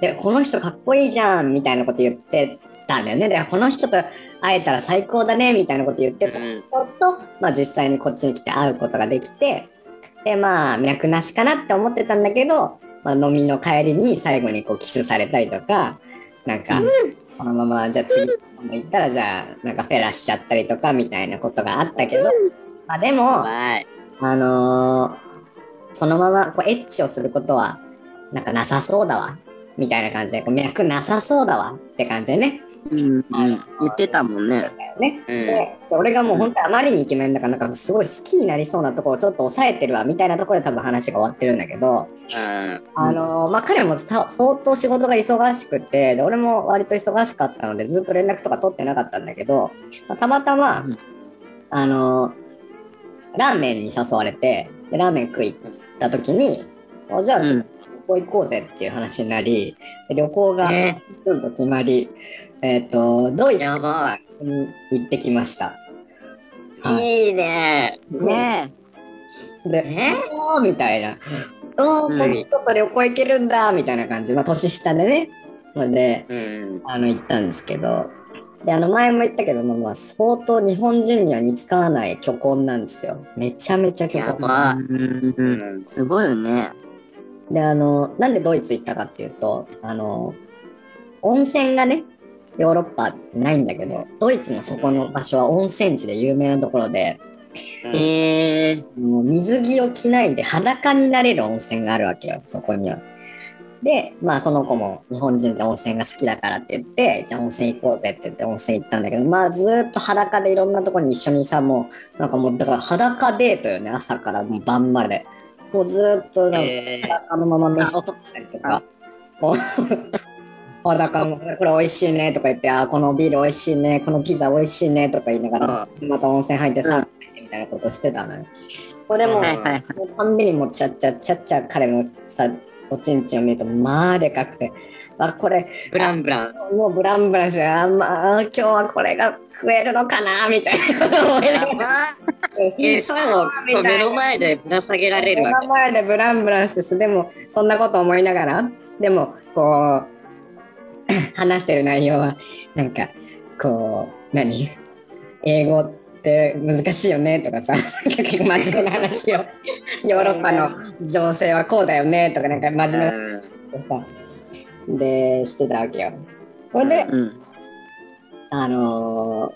S2: でこの人かっこいいじゃんみたいなこと言ってたんだよねでこの人と会えたら最高だねみたいなこと言ってた
S3: うん
S2: こと、まあ、実際にこっちに来て会うことができてでまあ脈なしかなって思ってたんだけど、まあ、飲みの帰りに最後にこうキスされたりとかなんか、このままじゃあ次行ったらじゃあなんかフェラしちゃったりとかみたいなことがあったけど、まあ、で
S3: や
S2: も
S3: ばい。
S2: あのーそのままこうエッチをすることはなんかなさそうだわみたいな感じでこう脈なさそうだわって感じでね
S1: うん、言ってたもんね。
S2: ね。
S3: うん
S2: で俺がもう本当にあまりにイケメンだからなんかすごい好きになりそうなところをちょっと抑えてるわみたいなところで多分話が終わってるんだけど、あのーまあ、彼もさ相当仕事が忙しくてで俺も割と忙しかったのでずっと連絡とか取ってなかったんだけど、まあたまたま、
S1: うん
S2: あのーラーメンに誘われてでラーメン食い行った時にあじゃあ
S1: うん
S2: 旅行行こうぜっていう話になりで旅行が
S3: え
S2: すぐ決まり、えっとドイ
S3: ー
S2: ツ
S3: や
S2: に
S3: ば
S2: 行ってきました。はい
S3: い。いいね。
S1: ね
S2: で
S3: え
S2: おーみたいな。お
S1: うん
S2: ー、この人と旅行行けるんだみたいな感じ。まあ、年下でね。それで、
S3: うん。
S2: あの、行ったんですけど。で、あの、前も言ったけども、まあ、相当日本人には似つかわない巨根なんですよ。めちゃめちゃ巨
S3: や
S2: 根。
S1: え。
S3: ば。
S1: うん
S3: う
S1: うん
S3: ん。
S1: すごいよね。
S2: で、あの、なんでドイツ行ったかっていうと、あの、温泉がね、ヨーロッパってないんだけど、ドイツのそこの場所は温泉地で有名なところで、
S3: うん
S1: ええ。
S2: もう水着を着ないで裸になれる温泉があるわけよ、そこには。で、まあその子も日本人で温泉が好きだからって言って、じゃあ温泉行こうぜって言って温泉行ったんだけど、まあずーっと裸でいろんなところに一緒にさ、もうなんかもうだから裸デートよね、朝からもう晩まで。もうずーっとなんか
S3: え
S2: 裸のまま飯食ったりとか。もう 裸のこれ美味しいねとか言って、あーこのビール美味しいね、このピザ美味しいねとか言いながら、
S3: ー
S2: また温泉入って
S1: う
S2: さ、みたいなことしてたのよ。これでも
S1: はいはいはい。
S2: もうたんびにもうちゃっちゃちゃっちゃ彼のさおちんちんを見るとまあでかくてあこれ
S3: ブランブラン。
S2: もうブランブランしてあまあ今日はこれが食えるのかなみたいな思いな
S3: や
S2: がら
S3: ば。えー、そういうの目の前でぶら下げられるわ
S2: 目の前でブランブランしてでもそんなこと思いながらでもこう話してる内容はなんかこう何英語って難しいよねとかさ結構真面目な話をヨーロッパの情勢はこうだよねとかなんか真面
S3: け。
S2: 目な
S3: うん
S2: でさでしてたわけよ。それで、
S1: うん。
S2: あの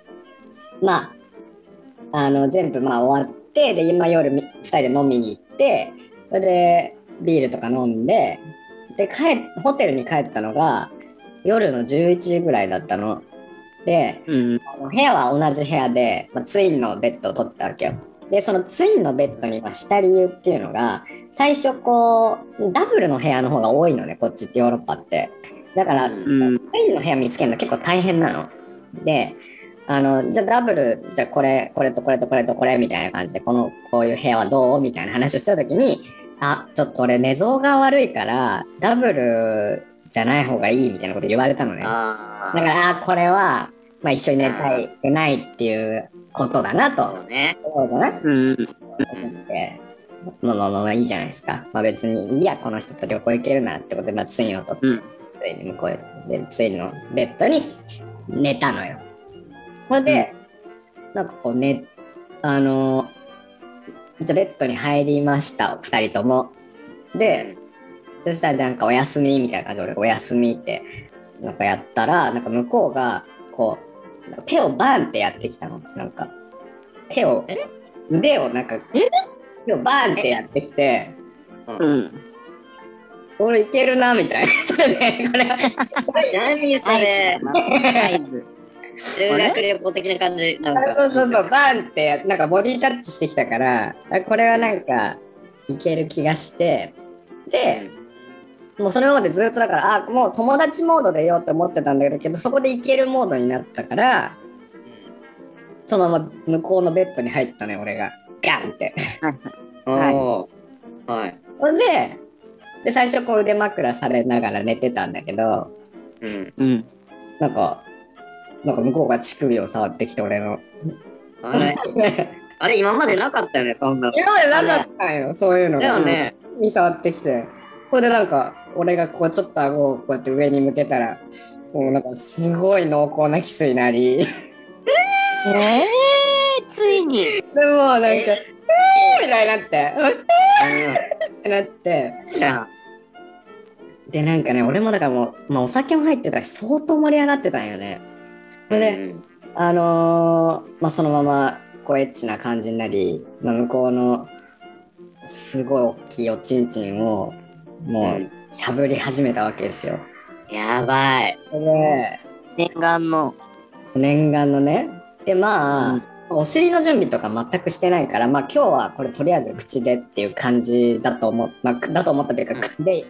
S2: ーまああの全部まあ終わってで今夜み2人で飲みに行ってそれでビールとか飲んでで帰ホテルに帰ったのが夜の11時ぐらいだったの。で
S1: うん。
S2: あの部屋は同じ部屋で、まあ、ツインのベッドを取ってたわけよ。でそのツインのベッドにはした理由っていうのが最初こうダブルの部屋の方が多いのねこっちってヨーロッパって。だから、
S1: うん。
S2: ツインの部屋見つけるの結構大変なの。であのじゃあダブルじゃあこれこれとこれとこれとこれみたいな感じでこのこういう部屋はどうみたいな話をしてた時にあちょっと俺寝相が悪いからダブルじゃない方がいいみたいなこと言われたのね。
S3: あ
S2: だか
S3: あ。
S2: ら、あーこれは、まあ、一緒に寝たいくないっていうことだな
S3: そ
S2: と
S3: うね。
S2: 思うかなと
S1: うん。
S2: 思って、まあまあまあまあいいじゃないですか。まあ別に、いや、この人と旅行行けるなってことで、まあ、ツインを取って、
S1: うん
S2: ついに向こうで、ツインのベッドに寝たのよ。それで、なんかこうね、あのーじゃあベッドに入りました、二人とも。で、そしたらなんかお休みみたいな感じで俺お休みってなんかやったらなんか向こうがこうなんか手をバーンってやってきたのなんか手を腕をなんか手をバーンってやってきて
S1: うん。
S2: 俺いけるなみたいな それでこれは
S3: 何それ。
S1: 合図。
S3: 修学旅行的な感じ。なんか。
S2: そうそうそうバーンってなんかボディタッチしてきたからあこれはなんかいける気がしてで、もうそれまでずっとだからあもう友達モードでいようって思ってたんだけどそこでいけるモードになったからそのまま向こうのベッドに入ったね俺がガンって
S1: はい
S3: おーはい。
S2: ほんでで最初こう腕枕されながら寝てたんだけど
S3: うん。
S1: うん。
S2: なんかなんか向こうが乳首を触ってきて俺の
S3: あれ、あれ今までなかったよね、そんなの。
S2: 今までなかったんよそういうの
S3: だ
S2: が
S3: よね。
S2: に触ってきてほんでなんか俺がこうちょっと顎をこうやって上に向けたらもうなんかすごい濃厚なキスになりで
S1: ええ。ついに。
S2: もうなんか「うー!」みたいになって「うー!」っ
S3: う
S2: てなって。
S3: ん。じゃあ、
S2: でなんかね俺もだからもう、まあ、お酒も入ってたし相当盛り上がってたんよね。それで、
S3: うん
S2: あのーまあ、そのままこうエッチな感じになり、まあ、向こうのすごい大きいおちんちんをもうしゃぶり始めたわけですよ。
S3: やばい。
S2: それで
S1: 念願の。
S2: 念願のねでまあ、お尻の準備とか全くしてないからまあ今日はこれとりあえず口でっていう感じだと思,、まあ、くだと思ったというか
S3: うん
S2: 口で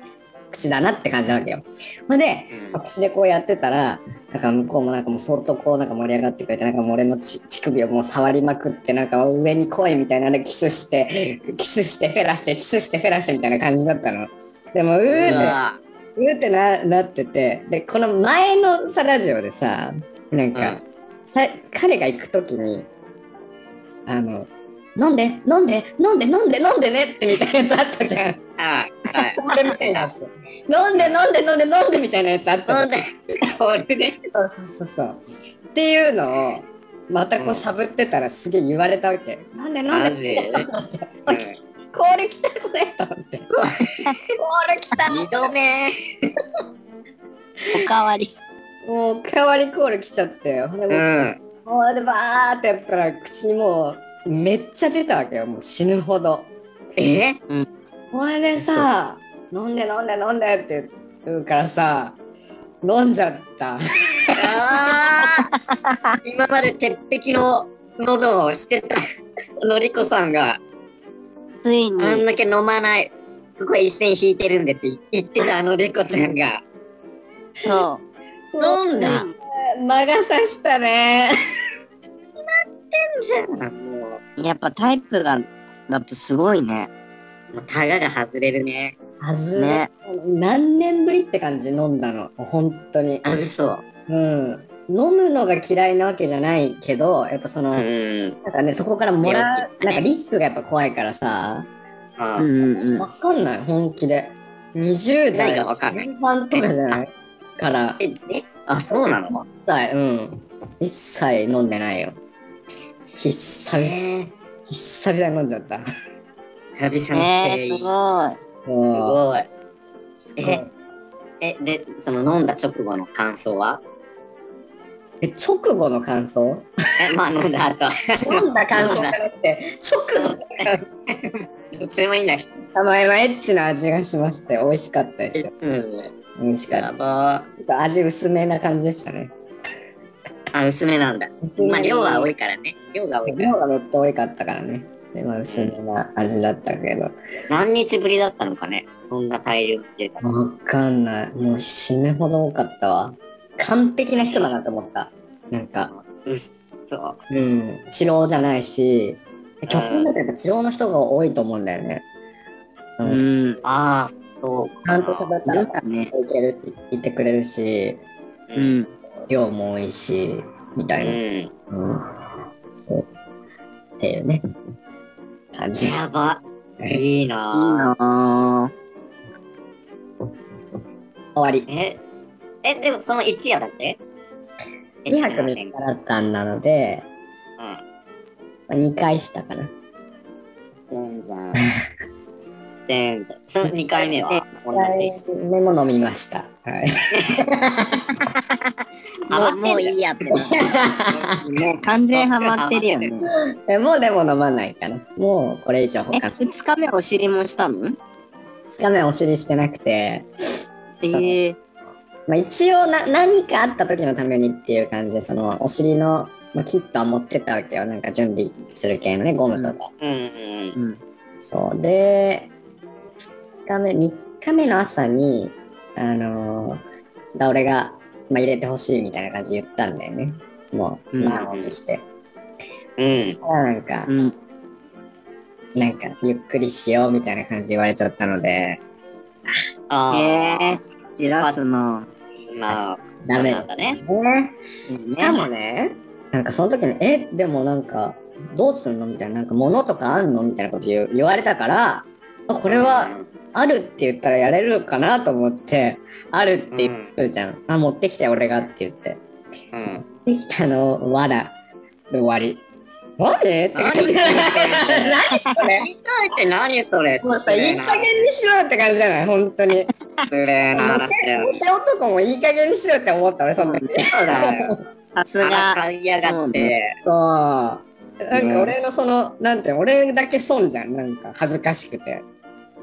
S2: 口だなって感じなわけよほんで
S3: うん
S2: まあ口でこうやってたらなんか向こうもなんかもう相当こうなんか盛り上がってくれてなんかもう俺のち乳首をもう触りまくってなんか上に来いみたいなのでキスしてキスしてフェラしてキスしてフェラしてみたいな感じだったのでもうーって
S3: うわ
S2: うーってななっててでこの前のさラジオでさなん
S3: う
S2: か、
S3: ん
S2: さ彼が行く時にあの飲んで飲んで飲んで飲んで飲んでねってみたいなやつあったじゃん。
S3: あはい。
S2: これみたいなやつ。飲んで飲んで飲んで飲んでみたいなやつあったじゃん
S3: そうだよ。俺ね。
S2: そうそうそうそう。っていうのをまたこうしゃぶってたらすげえ言われたわけ。飲んで飲んで。
S3: マジ
S2: おいこれ来たこれと思 って。これ来た。
S3: 二度目。
S1: おかわり。
S2: もう代わりコール来ちゃって。ほんでもう
S3: うん。
S2: もうでバーってやったら口にもうめっちゃ出たわけよもう死ぬほど
S3: え
S2: これでさ飲んで飲んで飲んでって言うからさ飲んじゃった
S3: ああ今まで鉄壁の喉をしてたのりこさんが
S1: ついに、
S3: あんだけ飲まない、ここ一線引いてるんでって言ってたあのりこちゃんが
S1: そ
S3: 飲ん
S1: う。
S3: だ
S1: うん
S2: 魔が差したね
S3: じゃあも
S1: やっぱタイプが、だとすごいね。
S3: うもうタガが外れるね
S2: はず
S1: ね。
S2: 何年ぶりって感じ飲んだの本当に
S3: あ嘘
S2: うん飲むのが嫌いなわけじゃないけどやっぱその、
S3: うん
S2: なんかねそこからもら
S3: 病気
S2: うなんかリスクがやっぱ怖いからさ
S3: あ
S1: うんうんうん。
S2: わかんない本気で20代
S3: 何がわかんない
S2: 前半とかじゃないから
S3: ええあそうなの
S2: 一切うん一切飲んでないよ久々
S3: えー、
S2: 久々に飲んじゃ った
S3: 久々の
S1: え
S3: せ
S1: ー、す
S3: い、
S1: ごい。
S3: す
S2: も
S3: ごい
S2: うん
S3: ええでその飲んだ直後の感想は
S2: え直後の感想
S3: えまあ飲んだ後
S2: 飲んだ感想じゃなくて直後の感想
S3: どっちでもいいんだけ
S2: 前はエッチな味がしまして美味しかったです
S3: ど
S2: よ
S3: うん
S2: 美味しかった
S3: やばー
S2: ちょっと味薄めな感じでしたね
S3: あ、薄めなんだ。
S2: 薄め
S3: まあ、量は多いからね。量が多いか
S2: 量
S3: ら。
S2: がめっちゃ多かったからねでまあ薄めな味だったけど
S3: 何日ぶりだったのかね。そんな大量に出たの。
S2: わかんない。もう死ぬほど多かったわ。完璧な人だなと思った。なんか、
S3: うっそ。
S2: うん、治療じゃないし、
S3: ん
S2: 極論だけど治療の人が多いと思うんだよね。う、
S1: うん
S2: ち
S1: ん。
S3: ああ、そうか。
S2: ゃんと喋ったら、
S1: だね。
S2: いけるって言ってくれるし、
S1: う
S3: うん。
S1: ん。
S2: 量も多いし、み
S3: う
S2: たい
S3: ん。
S2: な。うん。そう。っていうね。感じです
S3: や。ば。
S2: 終
S3: いい
S1: いい
S3: な
S1: なあ
S2: わり
S3: ぁ。。ええ、でもその一夜だって
S2: 2泊
S3: う
S2: 3日だったんなので、
S3: ん。
S2: まあ、2回したかな。
S3: 全然。全然。その二回目は同じ。
S2: 2回目も飲みました。はい。
S1: もう
S3: ハ
S1: も
S3: マ
S1: う
S3: ってる
S1: いいやってなる。もう完全ハマってるよね。
S2: えもうでも飲まないかな。もうこれ以上
S1: え、
S2: 他の
S1: 二日目お尻もしたの
S2: 2日目お尻してなくて、
S1: ええ
S2: まあ、一応な何かあった時のためにっていう感じで、そのお尻の、まあ、キットは持ってったわけよ。なんか準備する系のね、ゴムとか。
S3: うんうん。
S1: うん。
S2: そう。で、2日目、3日目の朝に、あのーだ俺が、まあ、入れてほしいみたいな感じで言ったんだよね。もう、
S1: うん
S2: 満を持して。
S3: うん。
S2: だからなんか、
S1: うん。
S2: なんか、ゆっくりしようみたいな感じで言われちゃったので、
S3: ああ。
S1: ええー、じらすの。
S3: まあ、
S2: ダメ
S3: なんだね。
S2: ね。し
S1: し
S2: かもね、なんかその時に、え、でもなんか、どうすんのみたいな、なんか物とかあんのみたいなこと言う言われたから、あこ
S3: こ
S2: れは、あるって言ったらやれるかなと思って、あるって言うじゃん。あ、持ってきて俺がって言って。
S3: うん。
S2: できたの、わら。で終わり。何って感じじゃない 何それ
S3: 言いたいって何それ
S2: もうさ、いい加減にしろよって感じじゃない本当に。
S3: 失礼な話だよ。
S2: で男もいい加減にしろよって思った俺、その時。
S3: そうだよ。
S1: さす
S3: 腹
S1: が。
S3: かいやがって。
S2: そう。なん
S1: ね
S2: か俺のその、なんていうの俺だけ損じゃん。なんか恥ずかしくて。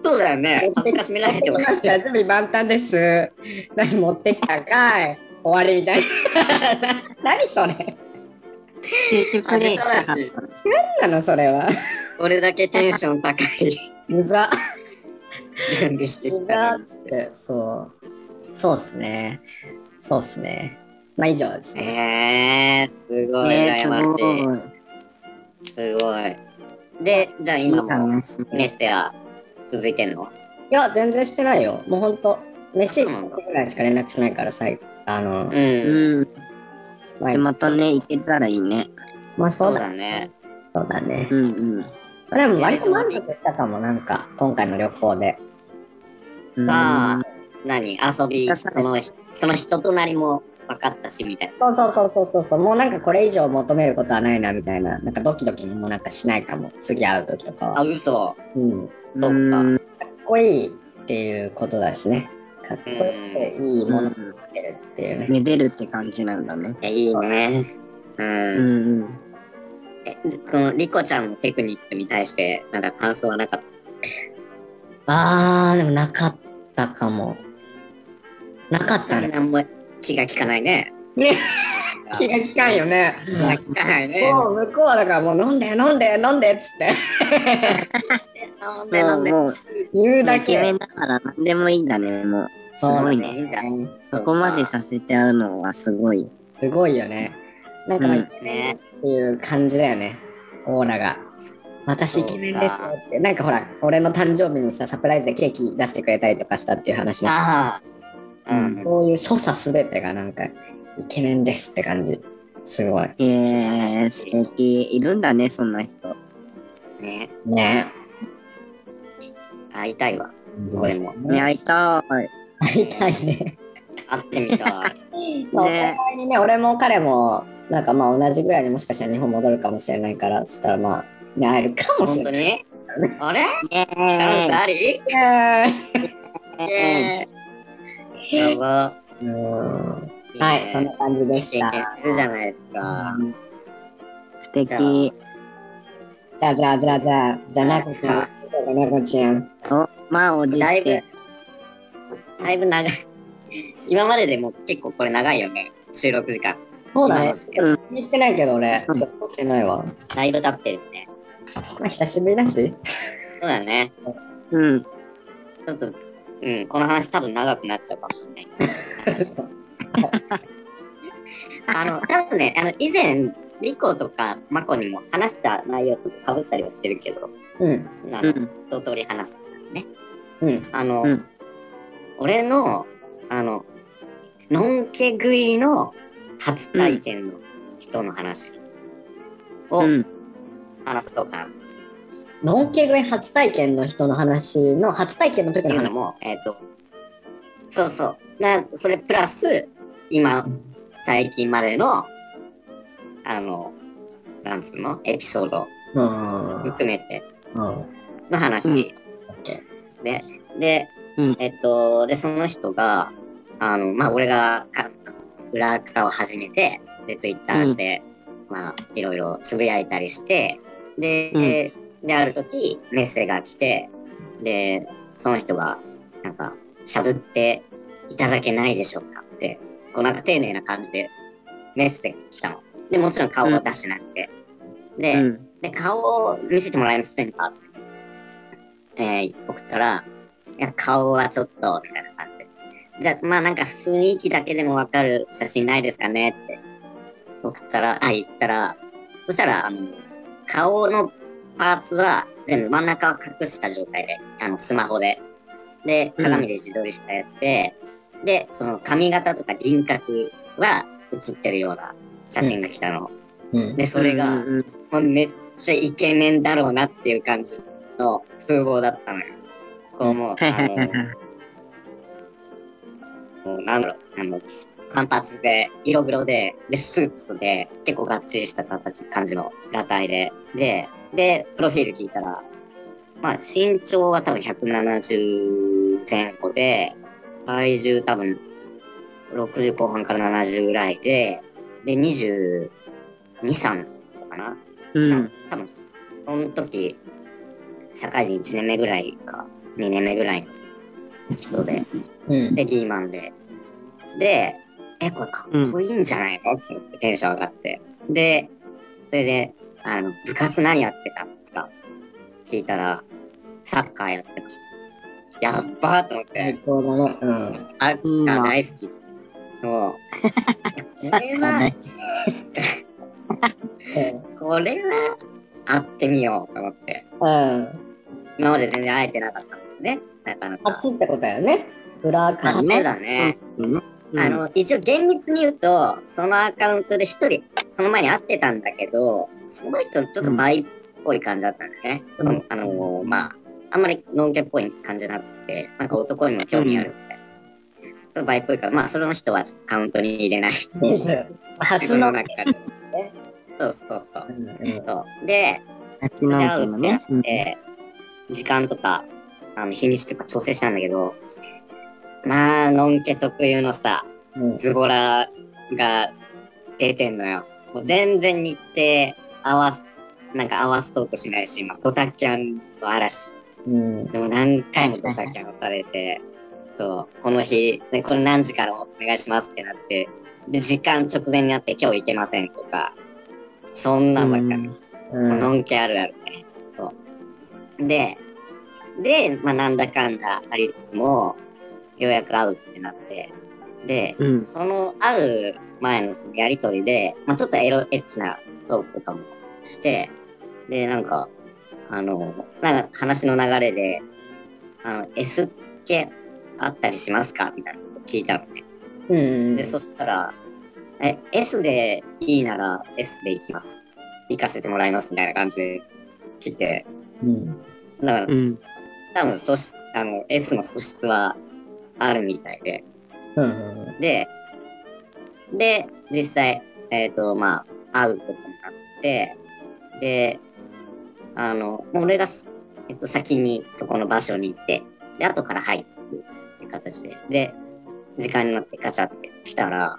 S3: そうだよね。恥ずかしめられても
S2: 持ってきました準備万端です。何持ってきたんかい。終わりみたいな。 な何それ
S1: ビーチプレイしたかっ
S3: あそう
S1: た。
S2: 何なのそれは。
S3: これだけテンション高い
S2: うざ
S3: 準備してき
S2: う
S3: た
S2: ざ
S3: のに
S2: っつって、そう。そうっすね。そうっすね。まあ以上ですね。
S3: えー、すごい
S1: ね
S3: 羨まし
S1: すごい
S3: い。すごい。で、じゃあ
S1: いい
S3: 今も
S1: 話。
S3: メステア続いてんの
S2: いや、全然してないよ。もうほんと、飯
S3: そうなんだ
S2: ぐらいしか連絡しないからさ、あの、
S3: うん。
S1: うん。
S2: 毎
S1: で
S2: 日
S1: またね、行けたらいいね。
S2: まあそ
S3: そうう
S2: だ
S3: だね。
S2: そうだね。
S1: うんうん
S2: まあでも割と満足したかも、なんか、今回の旅行で。
S1: うん。
S3: まあ、何遊び、その、その人となりも分かったし、みたいな。
S2: そうそうそうそうそうそう、もうなんかこれ以上求めることはないな、みたいな。なんかドキドキもなんかしないかも、次会う時とか
S3: あ、
S2: は。
S3: 嘘。
S2: うん。か
S3: そっ
S1: う
S3: か。
S1: ん
S2: っこいいっていうことだですね。かっこよくていいものを作ってるっていうね。
S1: めでるって感じなんだね。
S3: いやいいね。うん。
S1: うんうん。
S3: え、このリコちゃんのテクニックに対して、なんか感想はなかっ。
S2: あー、でもなかったかも。なかったたね。
S3: なんも気が利かないね。
S2: ね気が利かんよね。
S3: 気が利かないね。
S2: もう向こうはだからもう飲んで飲んで飲んでっつって
S3: なんでな
S1: も
S3: ん
S1: う、
S3: で。
S1: もう、
S2: 言うだ
S1: イケメ
S2: け。
S1: ンだから何でもいいんだね、もう。す
S2: そうだ
S1: ごい
S3: いい
S1: ね。
S3: んだ。
S1: そこまでさせちゃうのはすごい。
S2: すごいよね。なんかまあ
S1: うん
S2: イケメンですっていう感じだよね。オーラが。私イケメンですよって。なんかほら、俺の誕生日にさ、サプライズでケーキ出してくれたりとかしたっていう話もした。
S3: ああ。
S1: う
S3: う。
S1: ん
S2: そういう所作すべてがなんかイケメンですって感じ。すごい。
S1: えー、素敵。いるんだね、そんな人。
S3: ね。
S2: ね。
S3: 会いたいわ。
S2: 俺も。
S1: ね、会いたい。
S2: 会いたいね。
S3: 会ってみた い。
S2: まあ、お
S1: ね
S2: 互いにね、俺も彼も、なんかまあ同じぐらいにもしかしたら日本戻るかもしれないから、そしたらまあ、ね、会えるかもし
S3: 本
S2: れ
S3: 当
S2: ない。
S3: にあれ
S1: え
S3: チャンスあり
S1: え
S3: えーやば。
S2: うーんはい、そんな感じでし
S3: 経
S2: た。
S3: 験するじゃないですか。
S1: 素敵。
S2: じゃあじゃあじゃあじゃあ、じゃあ、なこちゃん。そうだなこちゃん。
S1: お、満を持
S3: だ
S1: し
S3: いぶ
S1: て。、
S3: だいぶ長い。今まででも結構これ長いよね。収録時間。
S2: そうだね。
S3: 今の
S2: 気にしてないけど俺、
S1: うん
S2: 撮ってないわ。
S3: だいぶ経ってるね。
S2: まあ、久しぶりだし。
S3: そうだね。
S1: うん。
S3: ちょっと、うん、この話多分長くなっちゃうかもしれない。 あの、多分ね、あの、以前、リコとかマコにも話した内容ちょっと被ったりはしてるけど、
S2: うん、
S3: あ
S1: う
S3: の、
S1: ん。
S3: 一通り話すって感じね。
S2: うん。
S3: あの、
S1: うん
S3: 俺の、あの、のんけ食いの初体験の人の話を
S1: うん。
S3: 話そうかなっ
S2: のんけ食い初体験の人の話の初体験の時
S3: てい
S2: の
S3: うの
S2: 話
S3: も、えっ、と、そうそう。な、それプラス、今、最近までの、あの、なんつうのエピソード
S2: うん。うん。
S3: 含めて
S2: オ
S3: の話。
S2: ッケ
S3: で、で、
S1: うん
S3: えっと、で、その人が、あの、まあ、俺がか、裏側を始めて、で、ツイッターで、まあ、いろいろつぶやいたりして、で、で、ある時、メッセが来て、で、その人が、なんか、しゃぶっていただけないでしょうかって、こう、なんか丁寧な感じで、メッセが来たの。で、もちろん顔は出してなくて。で、
S1: うん。
S3: で、顔を見せてもらえませんかえー、送ったら、いや、顔はちょっと、みたいな感じで。じゃあ、まあなんか雰囲気だけでもわかる写真ないですかねって送ったら、あ、言ったら、そしたら、あの、顔のパーツは全部真ん中は隠した状態で、あの、スマホで。で、
S1: うん
S3: 鏡で自撮りしたやつで、で、その髪型とか輪郭は写ってるような写真が来たの。
S2: ー。うん。
S3: で、それが、
S1: うんうん
S3: もうめっちゃイケメンだろうなっていう感じの風貌だったのよ。こうもう、
S1: はいは
S3: あ
S1: いはいは
S3: の、
S1: い。
S3: もうなんだろう、あの、短髪で、色黒で、で、スーツで、結構がっちりした形感じの裸体で、で、で、プロフィール聞いたら、まあ、身長は多分170前後で、体重多分60後半から70ぐらいで、で、22、3かな
S1: うん。
S3: 多分その時社会人1年目ぐらいか2年目ぐらいの人で
S2: うん。
S3: でリーマンででえ、これかっこいいんじゃないのって思ってテンション上がって。で、それで、あの、部活何やってたんですか聞いたら、サッカーやってました。やっばーと思って、
S2: 最高だな。うん。
S3: サッカー大好き。 もう、これは、
S2: う
S3: これは、会ってみようと思って。
S2: ん。うん
S3: 今まで全然会えてなかったもんね。なかなか。
S2: 初ってことだよね。裏
S3: まあ
S2: か
S3: そう
S1: ね
S3: だね。
S1: うん
S3: あの、一応厳密に言うと、そのアカウントで一人、その前に会ってたんだけど、その人ちょっと倍っぽい感じだったんだよね。ちょっと、あのーまあ、あんまりノンケっぽい感じじゃなくて、なんか男にも興味あるみたいな。ちょっと倍っぽいから、まあ、その人はちょっとカウントに入れない。
S2: です。初
S3: 自分
S2: の。
S3: の
S2: うん
S3: 中で。そうそうそう。
S2: うん
S3: そう。で、
S1: 立ち直ってもね。うん
S3: で、時間とか、あの、日にちとか調整したんだけど、まあ、のんけ特有のさ、
S2: うん
S3: ズボラが出てんのよ。もう全然日程合わす、なんか合わすとこしないし、今、ドタキャンの嵐。
S2: うん
S3: でも何回もドタキャンをされて、そう、この日、ね、これ何時からお願いしますってなって、で、時間直前になって今日行けませんとか、そんなんばっかり。
S2: うん
S3: のんけあるあるね。そう。で、で、まあ、なんだかんだありつつも、ようやく会うってなって、で、
S1: うん。
S3: その会う前のそのやりとりで、まあ、ちょっとエロエッチなトークとかもして、で、なんか、あの、なんか話の流れで、あの、S 系あったりしますかみたいなこと聞いたのね。
S2: うん
S3: で、そしたら、え、S でいいなら S で行きます。行かせてもらいますみたいな感じで来て、
S2: うん
S3: だから、
S1: うん。
S3: 多分素質、あの、S の素質はあるみたいで。
S2: うん
S3: で、で、実際、えっ、と、まあ、会うことになって、で、あの、もう俺がす、えっと、先にそこの場所に行って、で、後から入ってくるって形で、で、時間になってガチャってしたら、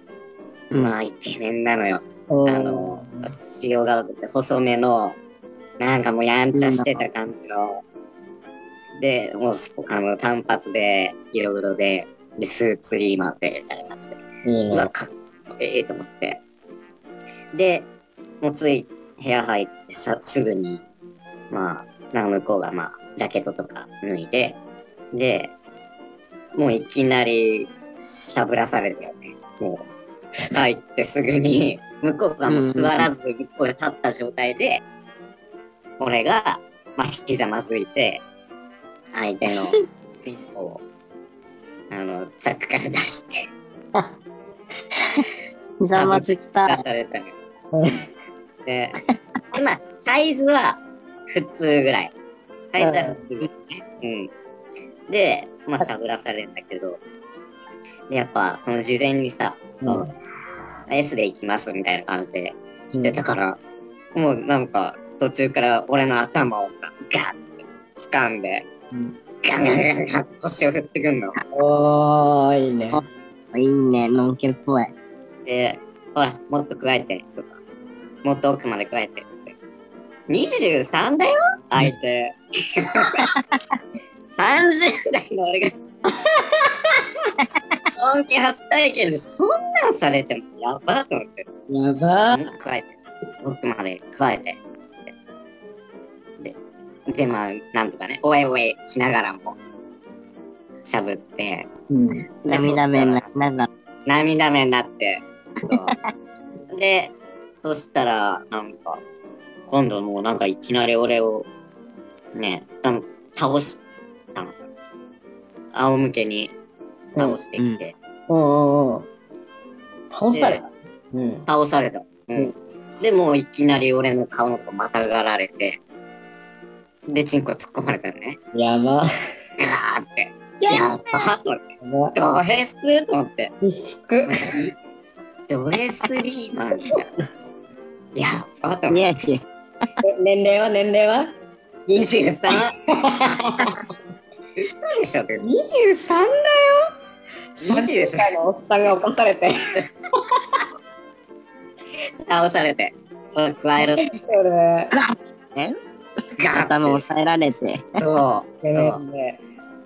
S1: うん
S3: まあ、イケメンなのよ。
S2: おー
S3: あの、塩顔で細めの、なんかもうやんちゃしてた感じの、で、もうす、あの、単発で、色黒で、で、スーツリーマンで、みたいな感じで、
S2: いいう
S3: わ、
S2: ね。
S3: かっこいいと思って。で、もうつい、部屋入ってさ、すぐに、まあ、なんか向こうが、まあ、ジャケットとか脱いで、で、もういきなり、しゃぶらされたよね。もう、入ってすぐに、向こうがもう座らず、向こうで立った状態で、俺が、まあ、ひざまずいて、相手の、ピンポンを、あの、チャックから出して、
S1: ざまつきた
S3: 出。されたのよ
S2: うん
S3: で、まあ、サイズは普通ぐらい。サイズは普通ぐらいね。うん。で、まあ、しゃぶらされるんだけど、で、やっぱ、その事前にさ、S で行きますみたいな感じで来てたから、もうなんか、途中から俺の頭をさ、ガッて掴んで、
S2: うん
S3: ガンガンガンガンって腰を振ってくんの。
S2: おー、いいね。
S1: いいね、のんけっぽい。
S3: で、ほら、もっと加えて、とか、もっと奥まで加えてって。23だよ相 手。30代の俺が。本気初体験でそんなんされてもやばと思って。
S2: やばー。
S3: もっと加えて、奥まで加えて、つって。で、で、まあ、なんとかね、おえおえしながらも、しゃぶって、
S2: うん
S3: で
S1: 涙目にななんだ。
S3: 涙目になって。 そうで、そしたら、なんか、今度もうなんかいきなり俺を、ね、た倒したの。仰向けに倒してきて、
S2: おーおー。倒された。うん。
S3: 倒された。うん。で、もういきなり俺の顔のとこまたがられて、で、チンコ突っ込まれたのね。
S2: やば。
S3: ガーって。やっばと思って。
S2: やば。
S3: ドヘスと思って。
S2: リスク。
S3: ドヘスリーマンじゃん。やっばと思って。
S1: ニヤニヤ。
S2: え年齢は年齢は
S3: 23? 嘘でしょって
S2: ?23 だよ
S3: マジです
S2: 30歳のおっさんが起こされて。
S3: 倒されて。これ加える
S2: それ。
S3: ガー
S1: 頭
S3: ッ
S1: 押さえられて。
S3: と、そう。
S2: やばいね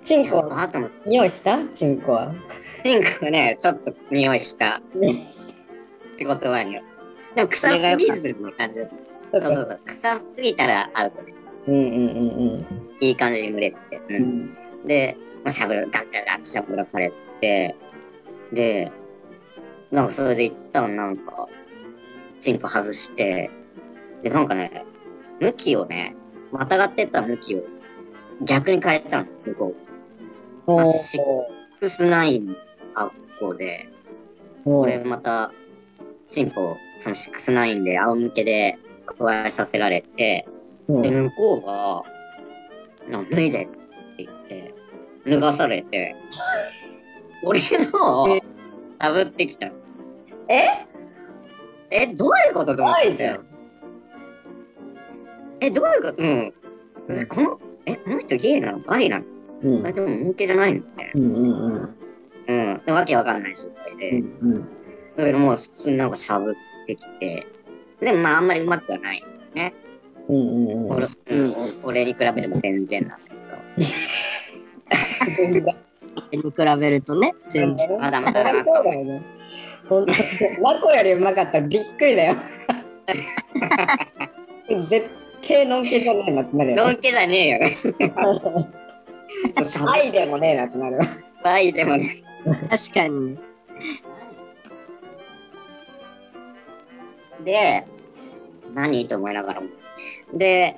S2: チンコ
S3: ああとも、
S2: 匂いしたチンコは。
S3: チンコね、ちょっと匂いした。ってことはに。でも臭すぎずに感じる。そうそうそう。臭すぎたらアウトね。
S2: うんうんうん
S3: いい感じに蒸れて
S2: う
S3: て。うん。
S2: ん。
S3: で、まあ、しゃぶる、ガッガッガッとしゃぶらされて、で、なんかそれで一旦なんか、チンコ外して、で、なんかね、向きをね、またがってった向きを逆に変えたの、向こう。
S2: おー
S3: シッフスナインの格好で、
S2: お
S3: 俺
S2: ー
S3: また、チンコ、そのシックスナインで仰向けで加えさせられて、
S2: うん
S3: で、向こうが、な脱いでって言って、脱がされて、俺のをたぶってきたの。
S2: え
S3: え、どういうことと思って
S2: 怖いじゃん
S3: え、どういうことうん。えこの、え、この人ゲイなのバイなの
S2: うん
S3: あれでも儲けじゃないのみたい
S2: うんうんうん
S3: な。うん。でわけわかんない状態で。
S2: うん
S3: だけどもう普通になんかしゃぶってきて。でもまああんまりうまくはないんだよね。
S2: うんうんうん
S3: 俺うん、俺に比べれば全然なんだけ
S1: に
S3: ど。
S1: 比べるとね、全然。
S3: まだま
S2: そ
S3: だ
S2: り
S3: な
S2: ゃ
S3: ん
S2: そ
S3: か
S2: うだよね。本当に、マコよりうまかったらびっくりだよ。絶対のんけじゃないなってなるよ
S3: の
S2: ね。
S3: んけじゃねえよね。
S2: アイでもねえなってなるよ。
S3: バイでもね。
S1: 確かに。
S3: で、何と思いながらも。で、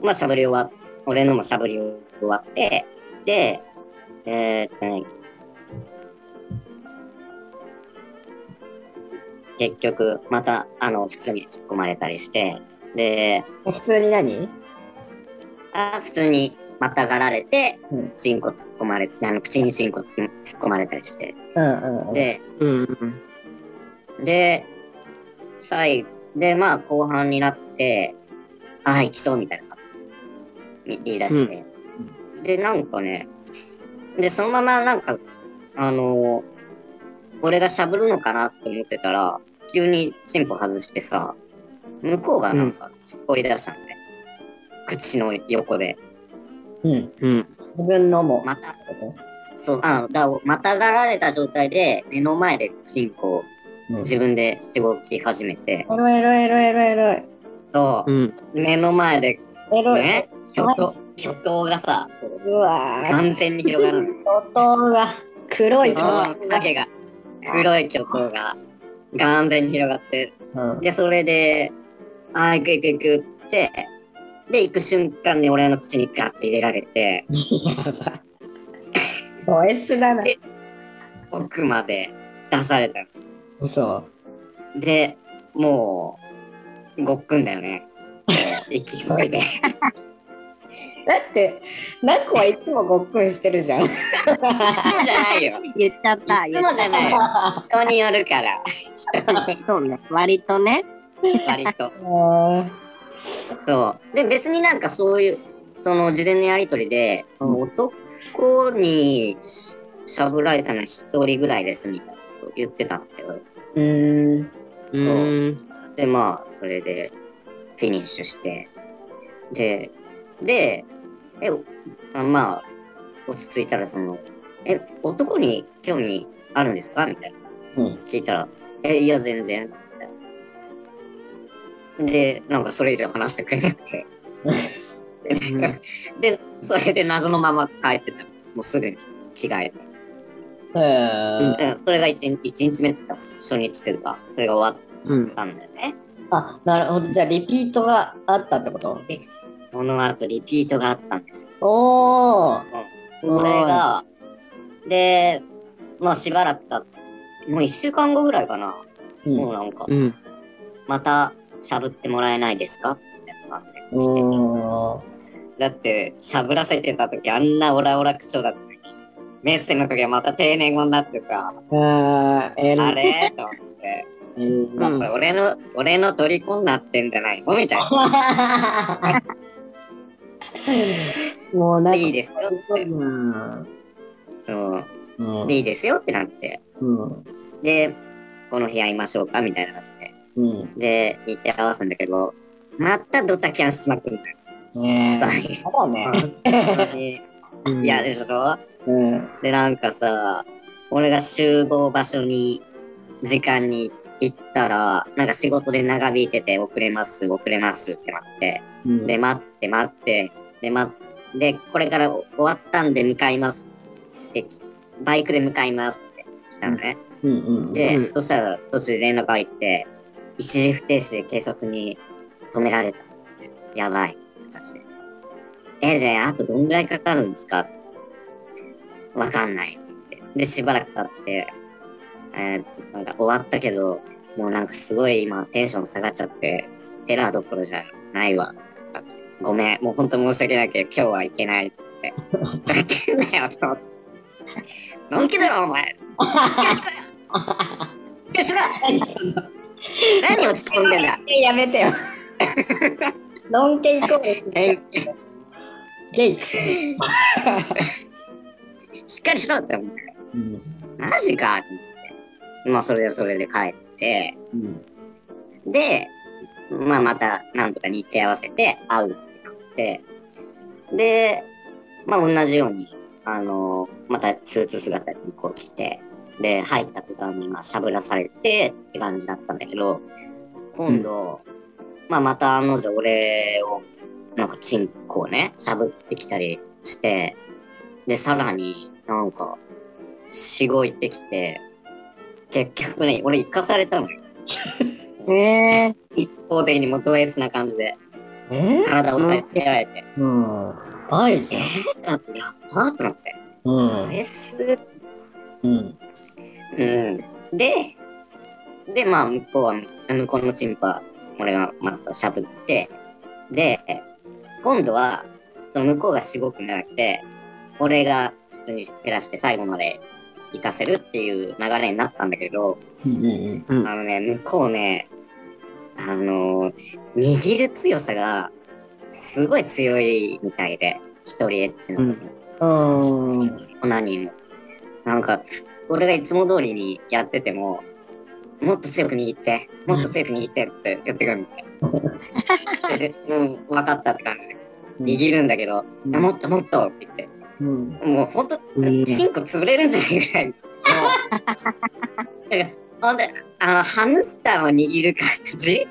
S3: まあ、しゃぶり終わっ俺のもしゃぶり終わって、で、えーっとね、結局、また、あの、普通に突っ込まれたりして、で、
S2: 普通に何
S3: あ普通にまたがられて
S2: うん、
S3: チンコ突っ込まれ、あの、口にチンコ突っ込まれたりして、
S2: うんうんうん。
S3: で、
S1: うん。
S3: で、最で、まあ、後半になって、ああ、行きそうみたいな、み言い出して、で、なんかね、で、そのままなんか、あのー俺がしゃぶるのかなって思ってたら、急にチンポ外してさ、向こうがなんか、掘り出したのね。口の横で。
S2: うん、
S1: うん。
S2: 自分のも。
S3: また、そう、あだまたがられた状態で、目の前でチンコを
S2: うん
S3: 自分で動き始め
S2: エ
S3: て、
S2: ロエロエロエロエロい。
S3: と、
S1: うん。
S3: 目の前で
S2: エロい。
S3: ね、巨頭、巨頭がさ、
S2: うわぁ。
S3: 完全に広が るの。
S2: 音が黒い
S3: 巨頭の影が、黒い巨頭が、完全に広がって、
S2: うん
S3: で、それで、あー、行く行く行くっつって、で、行く瞬間に俺の口にガッて入れられて、
S2: やば。ボイスだな。
S3: え奥まで出されたの
S2: 嘘。
S3: で、もう、ごっくんだよね。勢いで。
S2: だって、ナコはいつもごっくんしてるじゃん。
S3: そうじゃないよ。
S1: 言っちゃった。
S3: い
S1: 言
S3: つ
S1: っちゃ
S3: も
S1: っ
S3: じゃないよ。人によるから、
S1: たそうね。割とね。
S3: 割と。
S2: も
S3: そう。で、別になんかそういう、その事前のやりとりで、その男にししゃぶられたのは一人ぐらいですみたいなこと言ってたんだけど、
S2: ううーん。
S1: うーん。
S3: で、まあ、それでフィニッシュして、で、で、え、あまあ、落ち着いたらその、え、男に興味あるんですかみたいな。
S2: うん
S3: 聞いたら、え、いや、全然。みたいなで、なんかそれ以上話してくれなくて。で、それで謎のまま帰ってたの。もうすぐに着替えて。
S2: うん
S3: うん、それが一日一日目っつった初日というか、それが終わ
S1: うん
S3: っ。たんだよね。
S2: あ、なるほど。じゃあ、リピートがあったってこと
S3: その後、リピートがあったんですよ。
S2: おー。
S3: これが、で、まあしばらく経って、もう一週間後ぐらいかな。
S2: うん
S3: もうなんか、
S1: うん。
S3: またしゃぶってもらえないですかみたいな感じで
S2: う
S3: 来て。
S2: ーん。
S3: だって、しゃぶらせてた時あんなオラオラ口調だったのに、メッセの時はまた定年後になってさ、
S2: あー、エロ
S3: あれと思って、
S2: エロ
S1: うん
S3: これ俺の、俺の虜になってんじゃないのみたいな。
S2: もうなんか
S3: いいですよって
S2: う。ん
S3: そう
S2: うん
S3: で、いいですよってなって。
S2: うん
S3: で、この日会いましょうかみたいな感じで。
S2: うん
S3: で、日程合わすんだけど、またドタキャンしまくるんだよ。
S2: ねえ
S3: 最
S2: そうだね
S3: 後に
S2: うん
S3: 嫌でしょ
S2: うん。
S3: で、なんかさ、俺が集合場所に、時間に行ったら、なんか仕事で長引いてて、遅れます、遅れますってなって、
S2: うん
S3: で、待って、待って、で、待って、これから終わったんで向かいますってき、バイクで向かいますって来たのね。
S2: うんうん
S3: で、
S1: うん
S3: そしたら途中で連絡入って、一時不停止で警察に止められたって。やばい。って感じで。え、じゃああとどんぐらいかかるんですかってわかんないって。で、しばらく経って、えーっとなんか終わったけど、もうなんかすごい今テンション下がっちゃって、テラーどころじゃないわ。って感じでごめん、もう本当申し訳ないけど、今日はいけないっつって。ふざけんなよ、と思って。のんきだろ、お前。しっかりしろよしっかりしろ 何落ち込んでんだ
S2: やめ てよ。ノンケイコールし
S3: え
S2: ゲイクス。
S3: しっかりしろって思ってマジかってってまあそれでそれで帰ってでまあまたなんとか日程合わせて会うってなってでまあ同じようにあのまたスーツ姿にこう来てで入った途端にまあしゃぶらされてって感じだったんだけど今度、まあまた案の定俺をなんかチンコをねしゃぶってきたりしてでさらになんかしごいてきて結局ね俺生かされたのよ
S1: え
S3: 一方的にもうド S な感じで
S2: え
S3: 体を押さえつけられて
S2: うん。バイじゃん。
S3: やっばーとなって
S2: う
S3: ド
S2: ん。
S3: S
S2: うん。
S3: うんででまあ向こうは向こうのチンパ俺がまたしゃぶってで今度はその向こうがしごくんじゃなくて俺が普通に減らして最後まで行かせるっていう流れになったんだけど、
S2: うんうん
S1: うん
S3: あのね、向こうね、あのー握る強さが、すごい強いみたいで、一人エッチの時
S2: うん。う
S3: に、
S2: ん。
S3: 何人も。なんか、俺がいつも通りにやってても、もっと強く握って、もっと強く握ってって言ってくるみ たい。で、でうん、分かったって感じで、握るんだけど、
S2: うん
S3: もっともっとって言って、
S2: うん。
S3: もうほんと、
S1: うん
S3: チンコ潰れるんじゃないぐらい。もうだからほんで、あの、ハムスターを握る感じ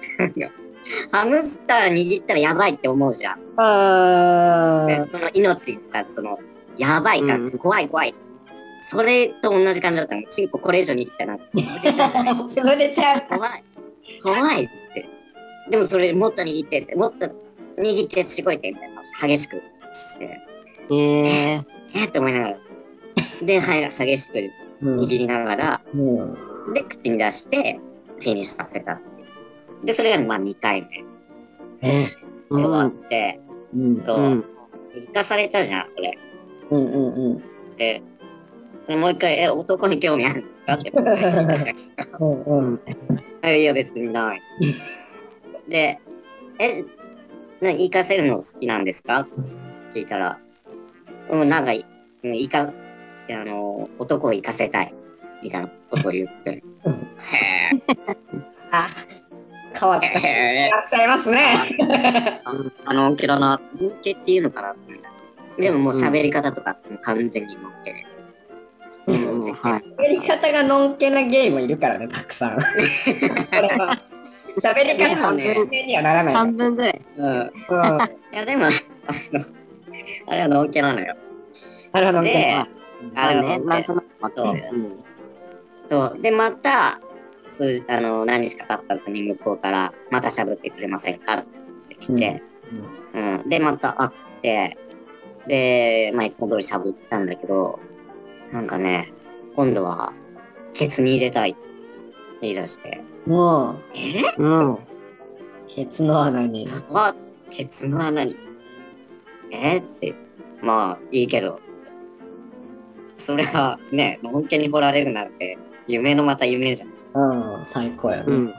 S3: ハムスター握ったらやばいって思うじゃん。
S2: あ
S3: でその命が、その、やばいから、
S1: うん
S3: 怖い怖い。それと同じ感じだったの。チンコこれ以上握ったらなんか潰れちゃうじゃ
S2: 潰
S3: ない
S2: れちゃう。
S3: 怖い。怖いって。でもそれもっと握ってって、もっと握ってしごいてみたいな。激しく。
S1: ー、えー、
S3: えーって思いながら。で、はい、激しく
S2: うん
S3: 握りながら、
S2: うん。
S3: で、口に出して、フィニッシュさせたっていう。で、それがまあ2回目で
S2: え
S1: う
S3: 終わ
S1: ん
S3: って、
S2: うん。
S3: と、
S1: うん
S3: 生かされたじゃん、これ。
S2: うんうんうん。
S3: で、でもう一回、え、男に興味あるんですかって聞いたじ ゃん
S2: うんうん。
S3: えいや、別にない。で、え、な生かせるの好きなんですか聞いたら、うん、なんか、うん生か、あの、男を生かせたい。みたいなことを言 って。へ
S2: あ、変わっ
S3: え、
S2: た。い
S3: へえ。
S2: らっしゃいます ね。
S3: あのんけだな、のんけっていうのかなでももう喋り方とかもう完全にのんけで。
S1: うん
S3: うん
S1: はい
S2: 喋り方がのんけなゲイもいるからね、たくさん。これは喋り方の
S3: ね
S2: んけにはならないから。
S1: 半分ぐらい
S3: うん。
S2: うん。
S3: いやでも、あの、あれはのんけなのよ。
S2: なるほどね。
S3: で、あれ
S1: だ
S3: は
S1: ね
S3: のん
S1: なん
S3: け
S1: となくわかるうん
S3: そう。で、また、数あの何日か経った後に向こうから、また喋ってくれませんかって来て、うんで、また会って、で、まあ、いつも通り喋ったんだけど、なんかね、今度は、ケツに入れたいって言い出して、
S2: もう、
S3: え
S1: うん
S2: ケツの穴に。
S3: は、ケツの穴に。えーって、まあ、いいけど。それはね、本家に掘られるなんて、夢のまた夢じゃん。
S2: うん、最高や
S1: う
S2: ね。
S1: ん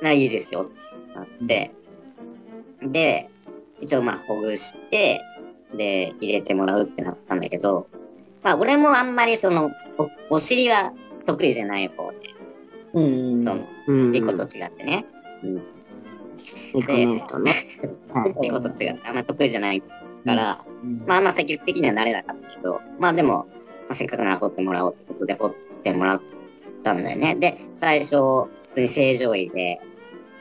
S3: ないいですよってなって、で、一応まあ、ほぐして、で、入れてもらうってなったんだけど、まあ、俺もあんまりその、おお尻は得意じゃない方で、
S2: うん。
S3: その、
S1: うん
S3: リコと違ってね、
S1: リコねえとねはい
S3: リコと違ってあんま得意じゃないから、
S2: うん
S3: まああんま積極的にはなれなかったけど、まあでも、まあ、せっかくなら掘ってもらおうってことで掘ってもらったんだよね。で、最初、普通に正常位で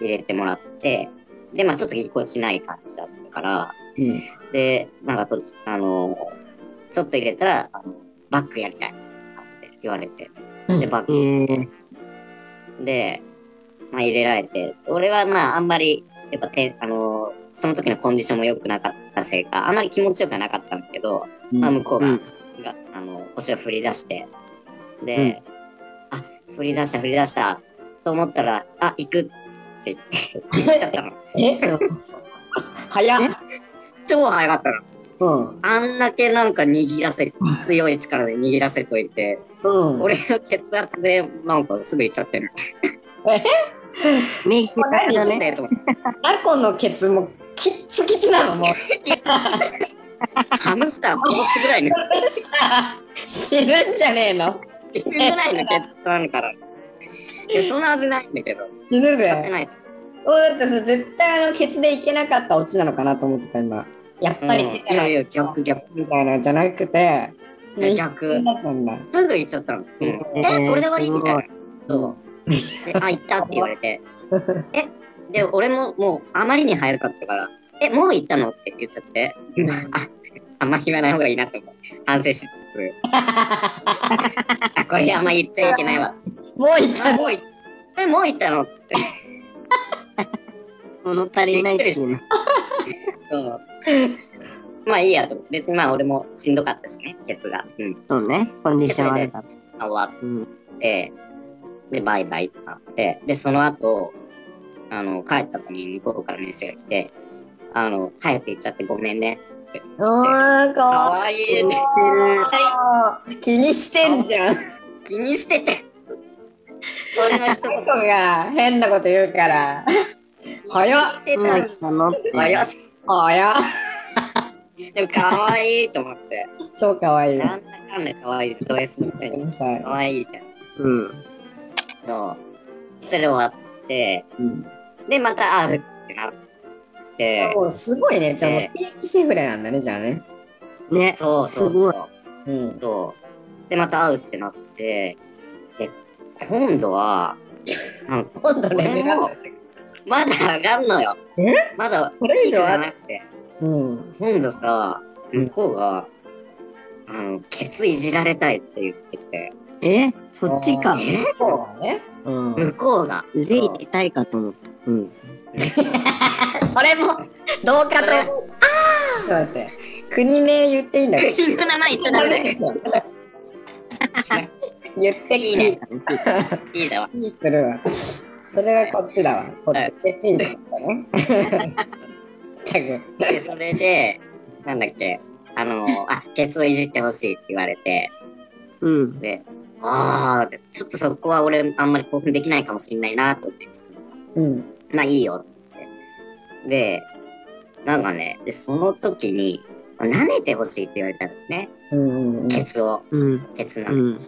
S3: 入れてもらって、で、まあちょっとぎこちない感じだったから、
S2: うん
S3: で、なんかと、あの、ちょっと入れたら、あのバックやりたいって感じで言われて、
S2: うん
S3: で、バック
S1: うん。
S3: で、まあ、入れられて、俺はまあ、あんまり、やっぱて、あのーその時のコンディションも良くなかったせいか、あまり気持ちよくはなかったんだけど、まあ、向こうが、
S1: うん
S3: があの腰を振り出して、で、あ、振り出した、振り出した、と思ったら、あ、行くって言って言っちゃったの。
S2: え早っ。
S3: 超早かったの。
S2: うん。
S3: あんだけなんか握らせ、強い力で握らせといて、
S2: うん。
S3: 俺の血圧でなんかすぐ行っちゃってる。
S1: メイクだ
S3: 何
S1: ね
S3: し。てと思って
S2: ラコのケツもキッツキツなのもう
S3: ハムスターを殺すぐ らいの
S2: 死ぬんじゃねえの
S3: ぐらい の血糖なんから。いや、そんなはずないんだけど。
S2: 死ぬ
S3: やって
S2: ぜ
S3: ない。
S2: おだってさ絶対あのケツでいけなかったオチなのかなと思ってた今やっ
S3: うん
S2: ぱり
S3: いやいや、逆逆。
S2: みたいなのじゃなくてだ
S3: で逆。
S2: ったんだ
S3: すぐ行っちゃったの。うんえ、これで終わりみたいな。そう。であ、行ったって言われ て。え、で、俺ももうあまりに早かったから、え、もう行ったのって言っちゃって。あ、あんま言わない方がいいなって思う。反省しつ つ。あ、これあんま言っちゃいけないわ。
S2: もういった
S3: あ
S2: んだ
S3: もういえ、もう行ったのって。
S1: 物足りないっていうね。
S3: そう。 まあいいやと思って。別にまあ俺もしんどかったしね、鉄が。うん。
S1: そうね。コンディション悪かった。
S3: 終わっ
S1: うん。
S3: て、で、バイバイってなって、で、その後、あの、帰った後に向こうからメッセージが来て、あの、早く行っちゃってごめんね。
S2: うーんか
S3: か
S2: わ
S3: わいいね。
S2: いい気にしてんじゃん
S3: 気にしてて。俺の一
S2: ラコ
S3: 言
S2: が変なこと言うから 早っ
S3: してた
S1: どう
S3: の。
S1: したのって。
S3: 早っ
S2: 早っ
S3: でもかわいいと思って。
S2: 超かわいい
S3: なんだかんだかわいい。ド S のくせに。
S2: 天才
S3: かわいいじゃん。
S1: うん。
S3: そう。それ終わって、
S2: うん
S3: で、また会うってなって、
S2: おすごいね。じゃあもう
S3: え
S2: 定期セフレなんだね、じゃあね。
S1: ね。
S3: そうそうそう
S1: すごい
S2: うん。
S3: そうで、また会うってなって、で、今度は、なんか、
S2: 今度レベ
S3: 俺
S2: ルア
S3: も
S2: ップ。、
S3: まだ上がんのよ。
S2: え
S3: まだ、
S2: これ
S3: ピ
S2: 以
S3: ーク
S2: 上
S3: じゃ
S2: あ
S3: なくて、
S2: うん。
S3: 今度さ、
S2: うん
S3: 向こうが、あの、ケツいじられたいって言ってきて、
S1: えそっち
S2: あ
S1: か。
S2: ーそうだね。うん。
S3: 向こうが、
S1: 腕入れたいかと思った。うん。
S2: それも、どうかと。ああちょっと待って。国名言っていいんだけ
S3: 君の 名前言っちゃ
S2: ど。
S3: ダ
S2: ダ
S3: メ
S2: メ
S3: だ
S2: で
S3: よ。
S2: しょ。言って
S3: い
S2: い
S3: い
S2: い
S3: ね
S2: ね。
S3: いいだわ。
S2: いいするわ。それはこっちだわ。こっち。ペチンだったね。タグ。
S3: で、それで、なんだっけ、あの、あ、ケツをいじってほしいって言われて、
S1: うん。
S3: で、ああ、ちょっとそこは俺あんまり興奮できないかもしれないなと思ってつつ、
S2: うん。
S3: まあいいよって。で、なんかね、で、その時に、舐めてほしいって言われたんだよね。
S2: うんうんうん。
S3: ケツを、
S1: うん。
S3: ケツな
S1: う
S3: の。
S1: ん。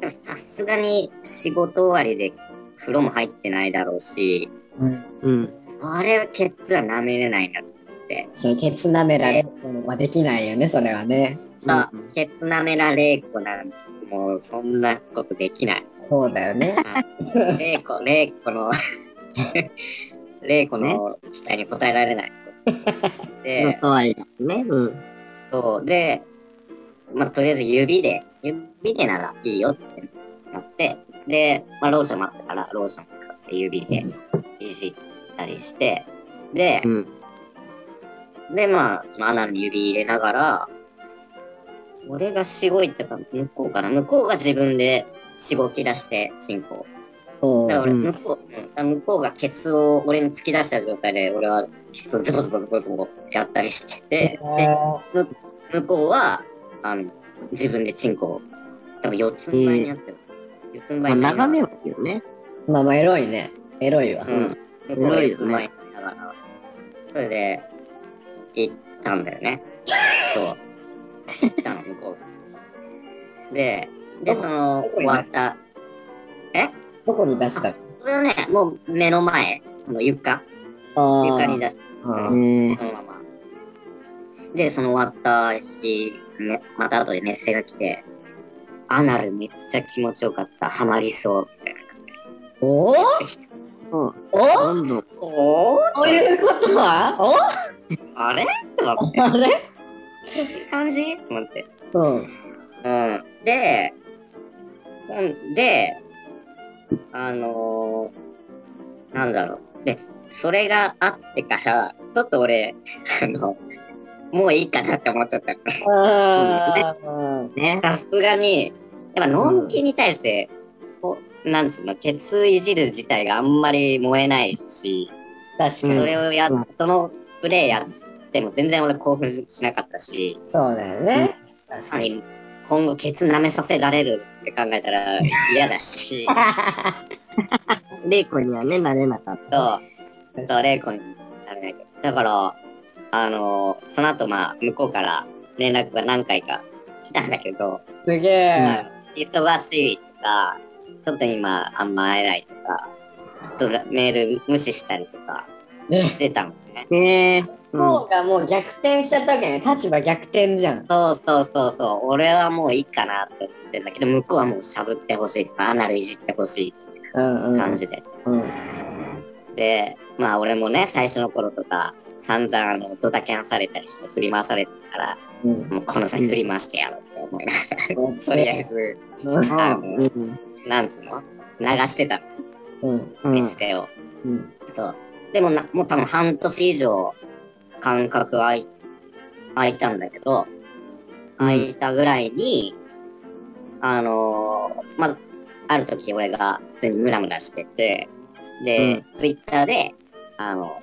S3: でもさすがに仕事終わりで風呂も入ってないだろうし、
S2: うん。
S1: うん。
S3: それはケツは舐めれないなと思って。
S2: じゃあケツ舐められるのはできないよね、それはね。
S3: あ
S1: うん、
S3: ケツ舐められいこなんもうそんなことできない。
S2: そうだよね。
S3: レイコ、レイコの、レイコの期待に応えら れない。
S1: の
S3: で、
S1: 代わりだね。うん。
S3: そう、で、まあ、とりあえず指で、指でならいいよってなって、で、まあ、ローションもあったから、ローション使って指でいじったりして、で
S1: う、ん。
S3: で、まあ、その穴に指入れながら、俺がしごいてか、向こうかな、向こうが自分でしごき出して、進行。
S2: うん
S3: だから俺、
S1: うん
S3: 向こう、うんだから向こうがケツを俺に突き出した状態で、俺はケツをズボズボズボズボやったりしてて、で、向こうは、あの、自分でチンコを、多分四つん這いにやってる。四つん
S1: ま
S3: 這
S1: あ、
S3: いにやって
S1: 眺めはいいよね。
S2: まあまあエロいね。エロいわ。
S3: うん。向こうは四つん這いにながら、それで、行ったんだよね。そう。行ったの、向こうが。で、で、その、終わった。え
S2: どこに出したの
S3: それをね、もう目の前、その床、
S2: あー
S3: 床に出して
S2: う
S1: え
S2: ん
S1: ー
S3: そのまま。で、その終わった日、ね、また後でメッセが来て、アナルめっちゃ気持ちよかった、ハマりそう、みたいな感じで
S2: おお
S3: 来てきて。
S1: うん。
S2: お
S1: どんどん。
S3: おー
S2: ということは
S3: あれと思っ
S2: おあれ
S3: て、感じと思って。
S2: うん。
S3: うん。で、ほんで、あのー、なんだろう。で、それがあってから、ちょっと俺、あの、もういいかなって思っちゃったの
S2: あ
S3: ね。さすがに、やっぱ、のんきに対して、こうなんつうの、ケツいじる自体があんまり燃えないし、
S2: ー確か
S3: そ
S2: に、
S3: れをや、
S1: うん
S3: そのプレイやっても全然俺興奮しなかったし、
S2: そうだよね。確
S3: さら。に今後ケツ舐めさせられるって考え たら嫌だし
S1: レイコにはね、なれなかった。
S3: とそう玲子になれないけどだからあのその後まあ向こうから連絡が何回か来たんだけど、
S2: すげえ。
S3: 忙しいとかちょっと今あんま会えないとかちょっとメール無視したりとか
S2: ね
S3: してたのね。
S1: ねえ。うん。
S2: 方がもう逆転しちゃったわけね。立場逆転じゃん。
S3: そうそうそうそう俺はもういいかなって思ってんだけど向こうはもうしゃぶってほしいとかアナルいじってほし
S2: うんう
S3: い
S2: ん。
S3: 感じで
S2: うん。
S3: で、まあ俺もね、最初の頃とか、散々あのドタキャンされたりして振り回されてたから、
S2: うん。
S3: もうこの先振り回してやろうって思いながら、とりあえず、
S2: うん
S3: あ
S1: う
S3: の、
S1: ん。
S3: なんつうの流してた
S2: うん。
S1: う
S3: の、メ
S1: ん
S3: ステを。
S2: うん。
S3: そう。でもな、もう多分半年以上、間隔空い、空いたんだけど、空いたぐらいに、あのーまず、ある時俺が普通にムラムラしてて、で、ツイッターで、あの、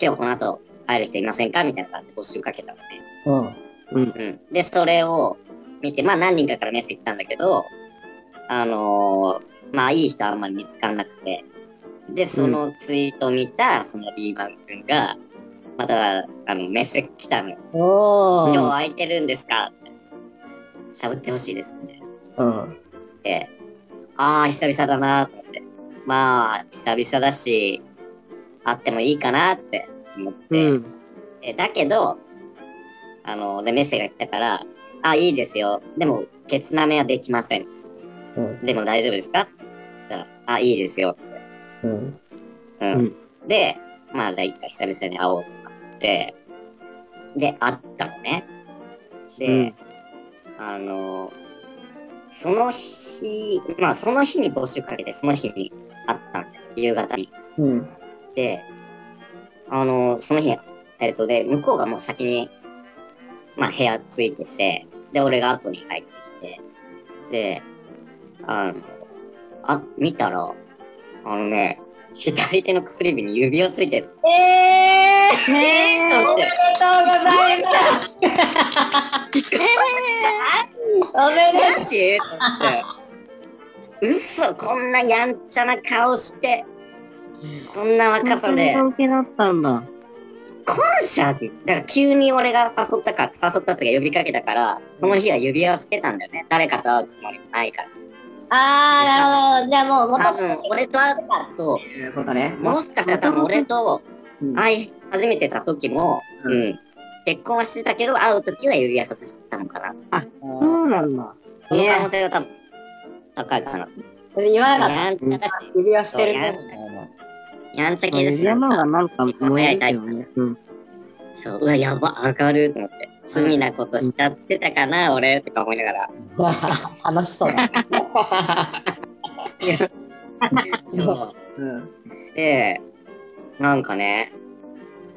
S3: 今日この後会える人いませんかみたいな感じで募集かけたのね。
S2: うん。
S3: うん。で、それを見て、まあ何人かからメッセージ来たんだけど、あのーまあいい人はあんまり見つからなくて。で、そのツイートを見た、そのリーマン君が、また、あの、メッセージ来たの。
S2: お
S3: 今日
S2: ー。
S3: 空いてるんですかって。しゃぶってほしいですね。
S2: うん。
S3: って、ああ、久々だなと思って。まあ、久々だし、会ってもいいかなって思って。
S1: うん。
S3: えだけど、あの、で、メッセージが来たから、あ、いいですよ。でも、ケツ舐めはできません。
S2: うん。
S3: でも大丈夫ですかって言ったら、あ、いいですよ。
S2: うん。
S3: うん。
S1: うん
S3: で、まあ、じゃあ一回久々に会おうってなって、で、会ったのね。で、
S1: うん
S3: あの、その日、まあ、その日に募集かけて、その日に会ったんだよ。夕方に。
S2: うん。
S3: で、あの、その日、えっ、と、で、向こうがもう先に、まあ、部屋ついてて、で、俺が後に入ってきて、で、あの、あ、見たら、あのね、左手の薬指に指輪ついてる。
S2: えー
S3: えー、と思って、
S2: おめでとうございます。おめで
S3: マジと思って、嘘、こんなやんちゃな顔して、こんな若さで、
S1: 本当に本気だったんだ。
S3: 感謝って、だから急に俺が誘ったか、誘ったというか呼びかけたから、その日は指輪をしてたんだよね。誰かと会うつもりもないから。
S2: ああ、なるほど。じゃあもう元
S3: 多
S2: 々
S3: 分、俺と会った、そ
S2: ということね
S3: う。。もしかしたら多分俺と
S2: うん
S3: 会い始めてた時も、
S2: う
S3: うんん。結婚はしてたけど、会う時は指輪外してたのかな。
S1: そうなんだ。
S3: その可能性が多分高いかな。
S2: 言わなかっ
S3: やんちゃだし、
S2: た。指輪してるね。
S3: やんちゃ系だし
S1: 指輪の方がなんか燃えるよね。うん。
S3: そう、うわ、やば、上がると思って。罪なことしちゃってたかな、俺、とか思いながら。
S2: 楽しそうだ。
S3: そう。
S2: うん。
S3: で、なんかね、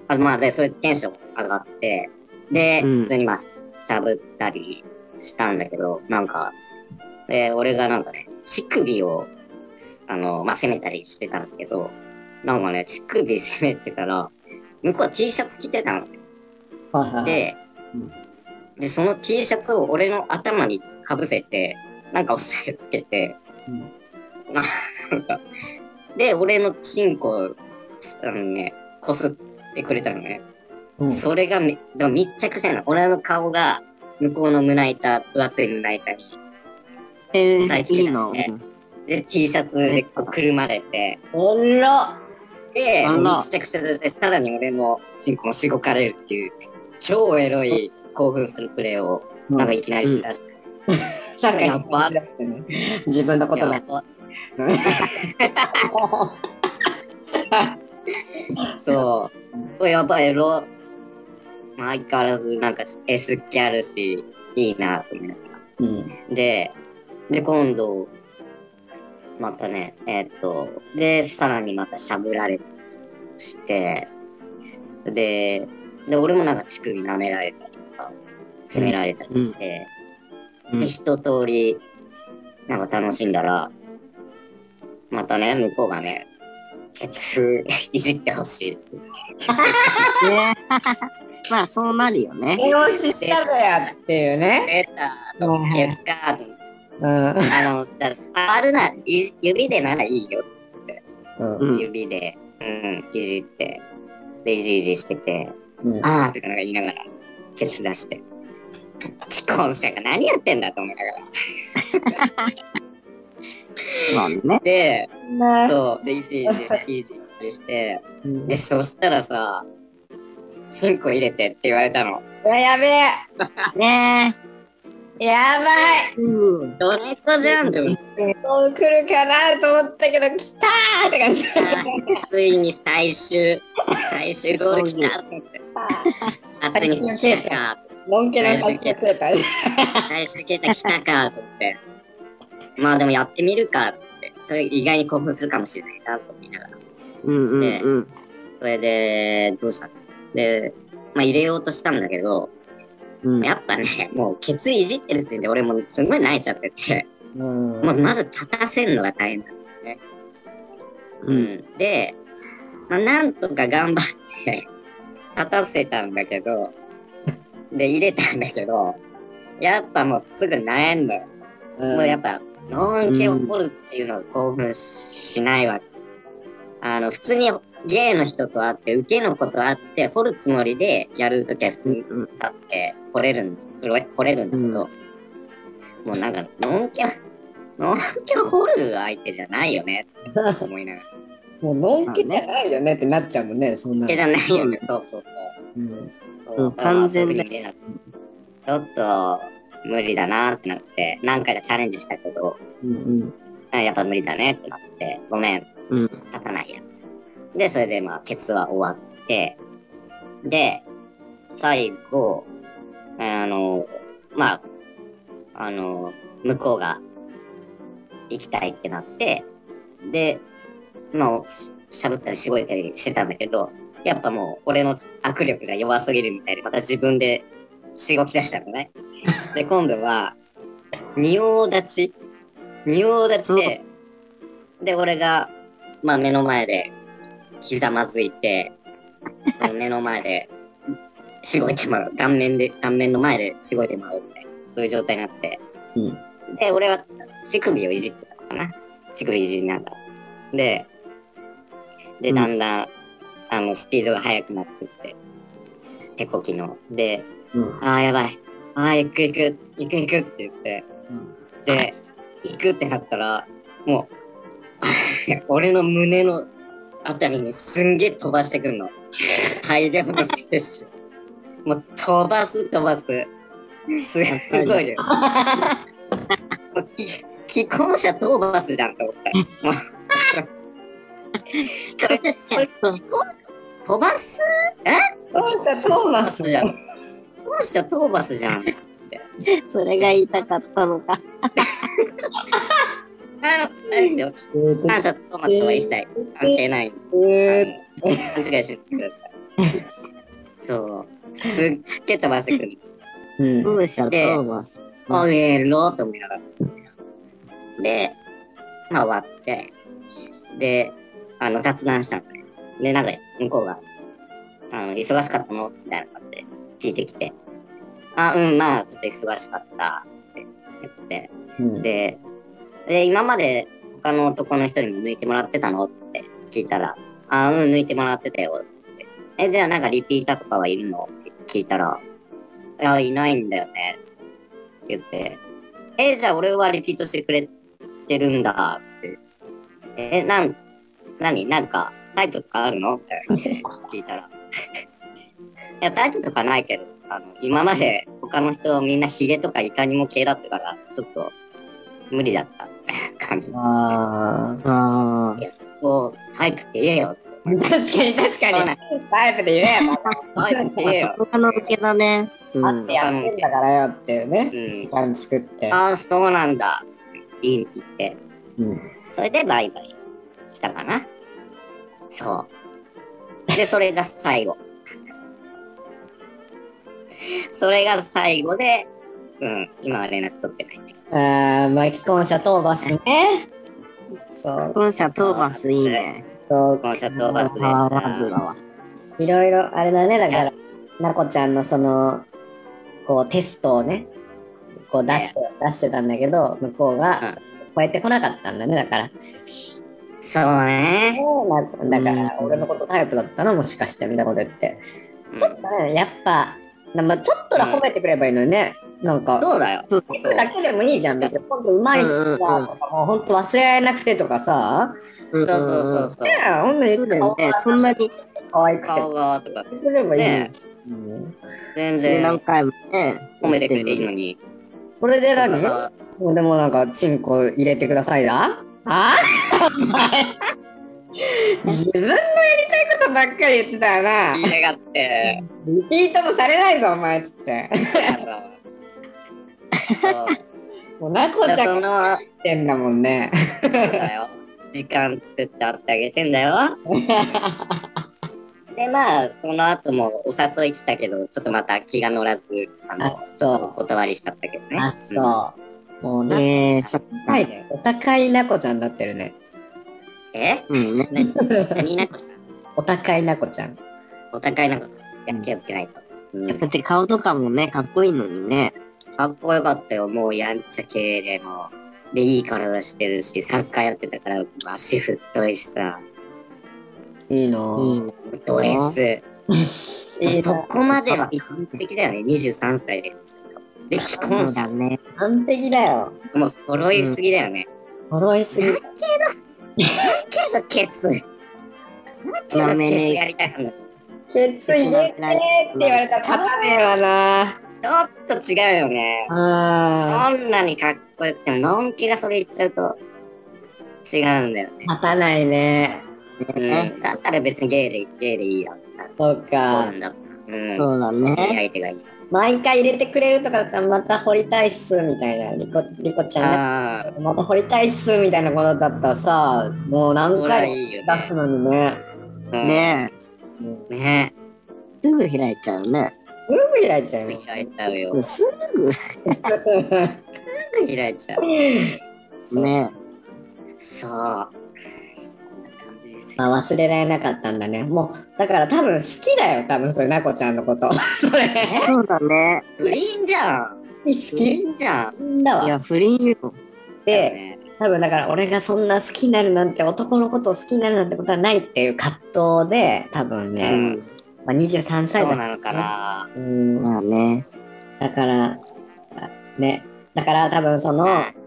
S3: あまあで、それでテンション上がって、で、
S1: うん
S3: 普通にまあ、しゃぶったりしたんだけど、なんか、で、俺がなんかね、乳首を、あの、まあ、攻めたりしてたんだけど、なんかね、乳首攻めてたら、向こうは T シャツ着てたの。で、
S1: うん
S3: で、その T シャツを俺の頭にかぶせて、なんか押さえつけて、
S2: うん
S3: ななんか、で、俺のチンコを、あのね、こすってくれたのね。
S2: うん、
S3: それがめ、でも密着してるの。俺の顔が、向こうの胸板、分厚い胸板に、
S1: え
S3: 最
S1: ー、い
S3: 近
S1: いの。
S3: ね で、T シャツでこうくるまれて、
S2: おろ
S3: で、
S1: あら
S3: 密着してて、さらに俺のチンコもしごかれるっていう、超エロい興奮するプレーを、なんかいきなりしだして、
S2: なんか
S3: やっぱ
S2: 自分のことだ
S3: やば
S2: と。
S3: そう。やばい、エロ。まあ、相変わらず、なんか、エスっ気あるし、いいな、と思いなが
S2: うん
S3: らで、で、今度、またね、えーっと、で、さらにまたしゃぶられして、で、で、俺もなんか乳首舐められたりとか、責められたりして、
S1: うん
S3: で、一通り、なんか楽しんだら、またね、向こうがね、ケツ いじってほしい。
S1: ねまあそうなるよね。
S2: 栄養士したぞやっていうね。
S3: 出た、
S2: はいはい
S3: ケツかと思って。
S2: うん
S3: あの、だ触るな、いじ指でならいいよ。
S2: うん
S1: うん、
S3: 指で、うん、いじって。で、いじいじしてて、
S2: うん
S3: あーってなんか言いながら、ケツ出して。既婚者が何やってんだと思いながら。
S1: そうね。
S3: で、
S2: な
S3: そう、で、いじいじして、いじいじして。
S2: うん
S3: で、そしたらさ、チンコ入れてって言われたの。
S2: うわやべえ
S1: ね
S2: やばい
S1: え。うん。
S3: どれかじゃんでも、
S2: もう来るかなと思ったけど来たーって感じ。
S3: ついに最終、最終ゴール来たと思って。あついに来たか。
S2: のんけの最終形態。
S3: 最終形態来たかと思って。まあでもやってみるかと思って。それ意外に興奮するかもしれないなと思いながら。
S1: うんうんうん。
S3: それで、どうしたので、まあ入れようとしたんだけど、
S1: うん、
S3: やっぱね、もうケツいじってる時点で俺もすごい泣いちゃってて、
S2: うん
S3: もうまず立たせるのが大変だ。
S1: う。
S3: うんん。で、まあなんとか頑張って立たせたんだけど、で入れたんだけど、やっぱもうすぐ悩んだよ。もうやっぱ、ノンケを掘るっていうのは興奮しないわけ。あの、普通にゲイの人と会って、受けの子と会って、掘るつもりでやるときは普通に
S1: うん
S3: 立って掘れるんだ、掘れるんだけど、もうなんか、ノンケは、ノンケを掘る相手じゃないよねって思いながら。
S2: もうのんきじゃないよねってなっちゃうもんね、そんな
S3: 手
S2: の。
S3: じゃないよね、そうそうそう。
S2: うん
S1: うん完全だ
S3: だちょっと、無理だなってなって、何回かチャレンジしたけど、
S1: うん
S3: あやっぱ無理だねってなって、ごめん
S1: うん。
S3: 立たないやで、それでまあ、ケツは終わって、で、最後、あの、まあ、あの、向こうが行きたいってなって、で、まあ、ししゃぶったりしごいたりしてたんだけど、やっぱもう俺の握力が弱すぎるみたいで、また自分でしごき出したのね。で、今度は、仁王立ち仁王立ちで、で、俺が、まあ目の前で、ひざまずいて、その目の前で、しごいてもらう。顔面で、顔面の前でしごいてもらうみたいな、そういう状態になって。で、俺は乳首をいじってたのかな。乳首いじりながら。で、で、
S1: うん
S3: だんだん、あの、スピードが速くなってって、手こきの。で、
S2: うん
S3: ああ、やばい。ああ、行く行く、行く行くって言って、
S2: うん
S3: で、行くってなったら、もう、 俺の胸のあたりにすんげえ飛ばしてくるの。大量の摂取。もう飛ばす飛ばす。すっごい量。もうき既婚者トーバスじゃんと思 った。もうこれこれ既婚飛ばす
S2: どうしたトーマス
S3: じゃん。既婚者トーバスじゃん。
S1: それが言いたかったのか。
S3: あの、あれですよ。既婚者トーバスとは一切関係ない。あの勘違いしないでください。そう。すっげえ飛ばしてくる。
S2: うん
S1: どうした
S3: で
S1: トーマス。
S3: あ、ええろと思いながら。で、まあ終わって、で、あの、雑談したのね。で、なんか、向こうが、あの、忙しかったのみたいな感じで聞いてきて、あ、うん、まあ、ちょっと忙しかったって言
S2: うん
S3: って、で、で、今まで他の男の人にも抜いてもらってたのって聞いたら、あ、うん、抜いてもらってたよってえ、じゃあなんかリピーターとかはいるのって聞いたら、いや、いないんだよね。って言って、え、じゃあ俺はリピートしてくれてるんだって。え、なん、なに、なんかタイプとかあるのって聞いたら。 や、タイプとかないけど、あの、今まで他の人みんなヒゲとかいかにも系だったから、ちょっと無理だった みたいな感じ。い
S2: あーあ
S3: や、そこをタイプって言えよって。
S2: ー。確かに確
S3: そう
S2: か
S3: なん
S2: に。タイプで言えば、
S3: タイプって言えよ。
S1: そこがのっけだね。うん
S2: あってやってんだからよっていうね。
S3: うん
S2: 時。間作って。
S3: ああ、そうなんだ。いいって言って。
S2: うん
S3: それでバイバイしたかな。そう。で、それが最後。 それが最後で、うん、今は連絡取ってないんだけど。
S2: あー巻き込ん者トーバスね。そう
S1: 本社トーバスいいね。
S2: そう
S3: このシャトーバスで
S1: パ
S3: し
S1: ワーワードだ
S3: た。
S1: わ。
S2: いろいろあれだねだからなこちゃんのそのこうテストをねこう出して出してたんだけど向こうが
S3: うん
S2: 超えてこなかったんだねだから
S3: そうね。
S2: そうなだか
S1: う
S2: ら
S1: ん
S2: 俺のことタイプだったのもしかしてみたいなこと言ってちょっとねやっぱなまあちょっとだ褒めてくればいいのにねなんか
S3: そうだよ。
S1: そう
S2: 褒めるだけでもいいじゃんだってほんとうまいっすわとかもうほんと忘れられなくてとかさ
S1: そう
S3: そうそうそう
S1: そ
S3: そう。
S2: ねほんとに
S1: うだよ
S2: 顔
S1: ね
S2: が。
S1: そんなに
S2: 可愛くて
S3: 顔がとか、
S2: 言ってくればいいのに
S3: ね
S2: うん
S3: 全
S1: 何
S3: 然
S1: 回もね。
S3: 褒めてくれていいのに。
S2: それで何
S3: 顔が
S2: もうでもなんか、チンコ入れてくださいだあ あお前自分のやりたいことばっかり言ってたよな。
S3: 言いやがって。
S2: リピートもされないぞ、お前っつって。
S3: そう
S2: もう、なこち
S3: だ
S2: ゃん
S3: から
S2: 言
S3: その、
S2: ってんだもんね。
S3: そうだよ。時間作ってあってあげてんだ よ。で、まあ、その後もお誘い来たけど、ちょっとまた気が乗らず、あの、
S2: あ、そ
S3: お
S2: う。
S3: 断りしちゃったけどね。
S2: あ、
S3: うん
S2: そう。もうね、
S1: えー、そっ
S2: 高
S1: か。
S2: いね。お高いなこちゃんになってるね。
S3: え
S1: うんね。
S3: 何何なこちゃん
S2: お高いなこちゃん。
S3: お互いなこちゃん。いや、気をつけないと。うん
S1: だって顔とかもね、かっこいいのにね。
S3: かっこよかったよ。もうやんちゃ系でもう。で、いい体してるし、サッカーやってたから、足太いしさ、
S2: いいの
S1: いいね。
S3: ド S。
S2: いい
S3: そ
S2: の
S3: こまでは完璧だよね。23歳で。で、既婚
S1: そうだ。
S3: 者
S1: ね。
S2: 完璧だよ。
S3: もう揃いすぎだよね。
S2: 揃いすぎ。
S3: けどケツ。け
S1: な
S3: ど
S1: め
S3: ケツ
S1: ね
S3: やりたくない。
S2: ケツ入れてって言われたら立たねえわな。
S3: ちょっと違うよね。
S2: あ
S3: どんなにかっこよくても、のんきがそれ言っちゃうと違うんだよね。
S2: 立たないね。
S3: うん、だったら別にゲイで、ゲイでいいよ。そ
S2: そう
S3: うな
S2: か。
S3: んだうん。
S1: そうだ
S3: いい
S1: ね。
S3: 相手がいい。
S2: 毎回入れてくれるとかだったらまた掘りたいっすみたいな。リコリコちゃんね
S3: ああ、
S2: また掘りたいっすみたいなことだったらさ、もう何
S3: これ
S2: 回
S3: い
S2: も
S3: いよね
S2: 出すのにね。
S3: うん
S1: ね
S2: うん
S3: ね
S1: え。すぐ開いちゃうね。
S2: すぐ開いちゃう
S3: す
S2: よ
S3: ぐ。開いちゃうよ。
S1: す
S3: すぐ開いちゃう。
S1: ぐね。
S3: そう。そんな感じですよ。
S2: あ忘れられなかったんだね。もうだから多分好きだよ、多分それ、なこちゃんのこと。それ、
S1: そうだね。
S3: 不倫じゃん。
S2: 好
S3: 不
S2: き
S3: 倫じゃん。
S2: だ
S1: い
S2: わ。
S1: や、不倫よ。
S2: で、
S3: ね
S2: 多分だから俺がそんな好きになるなんて男のことを好きになるなんてことはないっていう葛藤で多分
S3: う
S2: ね、
S3: ん
S2: まあ、23歳
S3: そう
S2: だ
S3: なのかな。
S2: うん
S1: まあね。
S2: だからあねだから多分その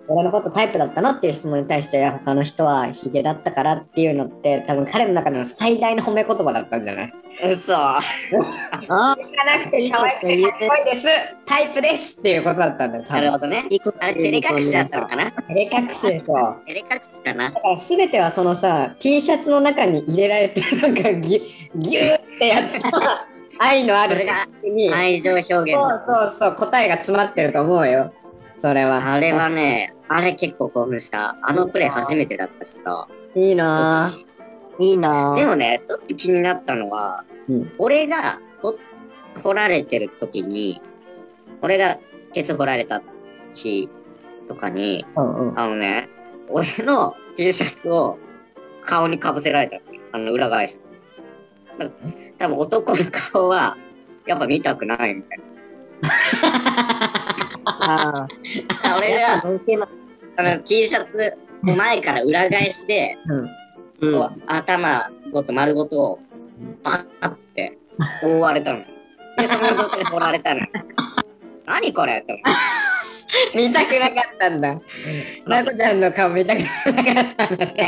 S2: 俺のことタイプだったのっていう質問に対していや他の人はヒゲだったからっていうのって多分彼の中での最大の褒め言葉だったんじゃない
S3: 嘘。
S1: ああ、
S2: 行かなくて可愛くてかっこいいですタイプですっていうことだったんだよ多
S3: なる
S2: 分
S3: ほどね。
S1: いいこと
S3: あれ、照れ隠しだったのかな
S2: 照れ隠しですよ
S3: 照れ隠しかな
S2: だから全てはそのさ T シャツの中に入れられてなんかギュギューってやった愛のあ
S3: そ
S2: る
S3: れが
S2: 作品に
S3: 愛情表現
S2: そうそうそう答えが詰まってると思うよそれは
S3: あれはね、あれ結構興奮した。あのプレイ初めてだったしさ。
S2: いいなぁ
S1: いいな
S3: で
S1: ぁ。
S3: もね、ちょっと気になったのは、
S2: うん
S3: 俺がほ掘られてる時に、俺がケツ掘られた日とかに、
S2: うんうん
S3: あのね、俺の T シャツを顔にかぶせられたのね。あの裏返し。だから多分男の顔は、やっぱ見たくないみたい
S1: あ
S3: な。
S1: あ、
S3: 俺
S1: やっ
S3: が
S1: ぱのんけな
S3: あの T シャツを前から裏返しで、
S2: うん
S1: うん
S3: こう頭ごと丸ごとをバッって覆われたの。で、その状態で取られたの。 何これって思っ
S2: 見たくなかったんだなこちゃんの顔見たくなかったんだね
S3: て。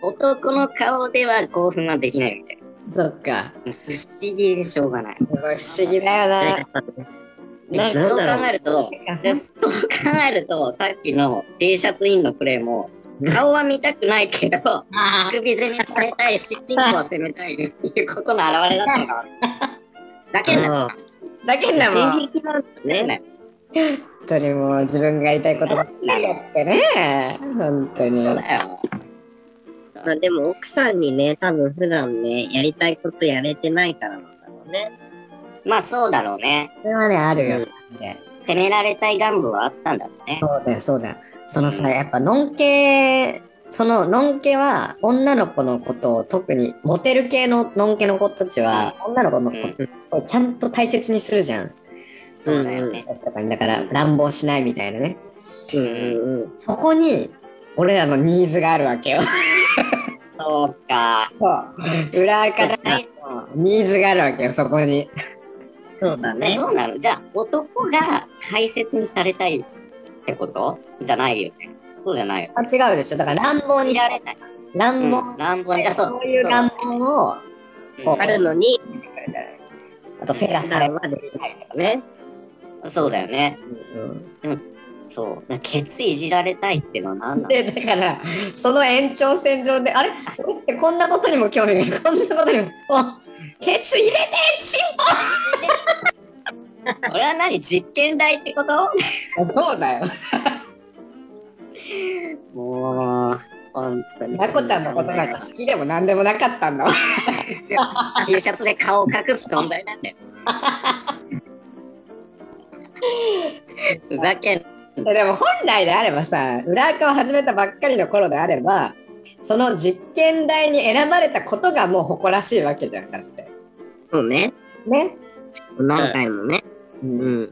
S3: 男の顔では興奮はできないみたいな。
S2: そっか。
S3: 不思議でしょうがない。
S2: すごい不思議だよな。
S3: で
S2: なんか
S3: そう考えると、でそう考えると、さっきの T シャツインのプレーも、顔は見たくないけど、
S1: あ
S3: 首攻めされたいし、チンコを攻めたいっていうことの表れ だったのかな。だけなの。
S2: だけんなもん。
S1: 戦なんです
S3: だけ
S1: ね。
S3: なの
S2: 本当にもう自分がやりたいことばっかりやってね。本当に。
S3: そう
S2: う
S3: だよ。
S1: まあでも奥さんにね、多分普段ね、やりたいことやれてないからなんだろうね。
S3: まあそうだろうね。
S2: それはね、ある
S1: う
S2: よ
S1: ん、
S2: マジで。
S3: 責められたい願望はあったんだろうね。
S2: そうだよ、そうだよ。そのさ、やっぱ、のんけ、その、のんけは、女の子のことを、特に、モテる系ののんけの子たちは、女の子のことをちゃんと大切にするじゃん。
S3: そうだよね。
S2: とかにだから、乱暴しないみたいなね。
S1: うんうんうん。
S2: そこに、俺らのニーズがあるわけよ。
S3: そうか。
S2: 裏垢だな。ニーズがあるわけよ、そこに。
S1: そうだね。
S3: どうなのじゃあ、男が大切にされたいってことじゃないよね。そうじゃないよ。
S2: あ違うでしょ。だから、乱暴に
S3: 見
S2: し
S3: ら
S2: て
S3: れ、ない。
S2: 乱暴、
S3: 乱暴に。あそう。
S2: そういう乱暴を、
S3: そう
S1: あるのに、
S2: あと、フェラされまでみたいとかね。
S3: うんそうだよね。
S2: うん
S3: そう。ケツいじられたいってのは何なの
S2: でだからその延長線上であれ俺ってこんなことにも興味がこんなことにもあケツ入れてチン
S3: 俺は何実験台ってこと
S2: ポそうだよ
S3: もう、本当に。
S2: まこちゃんのことなんか好きでも何でもなかったんだわ
S3: T シャツで顔を隠す存在なんだよ。ふざけん
S2: ででも本来であればさ裏垢を始めたばっかりの頃であればその実験台に選ばれたことがもう誇らしいわけじゃんだって
S1: そうね。
S2: ね
S1: 何回もね。
S2: うん
S1: うん。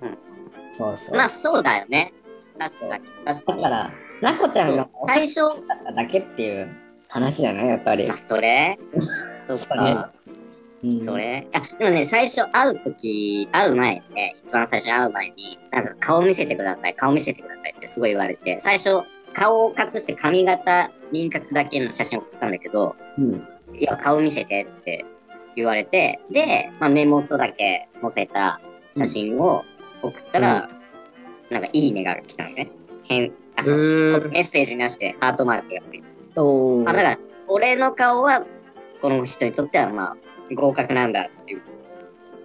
S2: そうそう
S3: ま
S2: だ
S3: あそうだよね。確かに。確かに。
S2: からなこちゃんが
S3: 最初、
S2: だっただけっていう話じゃないやっぱり
S3: まあ、それそうか。
S2: うん
S3: それあでもね、最初会うとき、会う前ね、一番最初に会う前に、なんか顔見せてください、顔見せてくださいってすごい言われて、最初、顔を隠して髪型、輪郭だけの写真を送ったんだけど、
S2: うん
S3: いや、顔見せてって言われて、で、まあ、目元だけ載せた写真を送ったら、なんかいいねが来たのね。変、あ
S1: うーん。
S3: メッセージなしでハートマークがついて。
S2: お
S3: まあ、だから、俺の顔は、この人にとっては、まあ、合格なんだっていう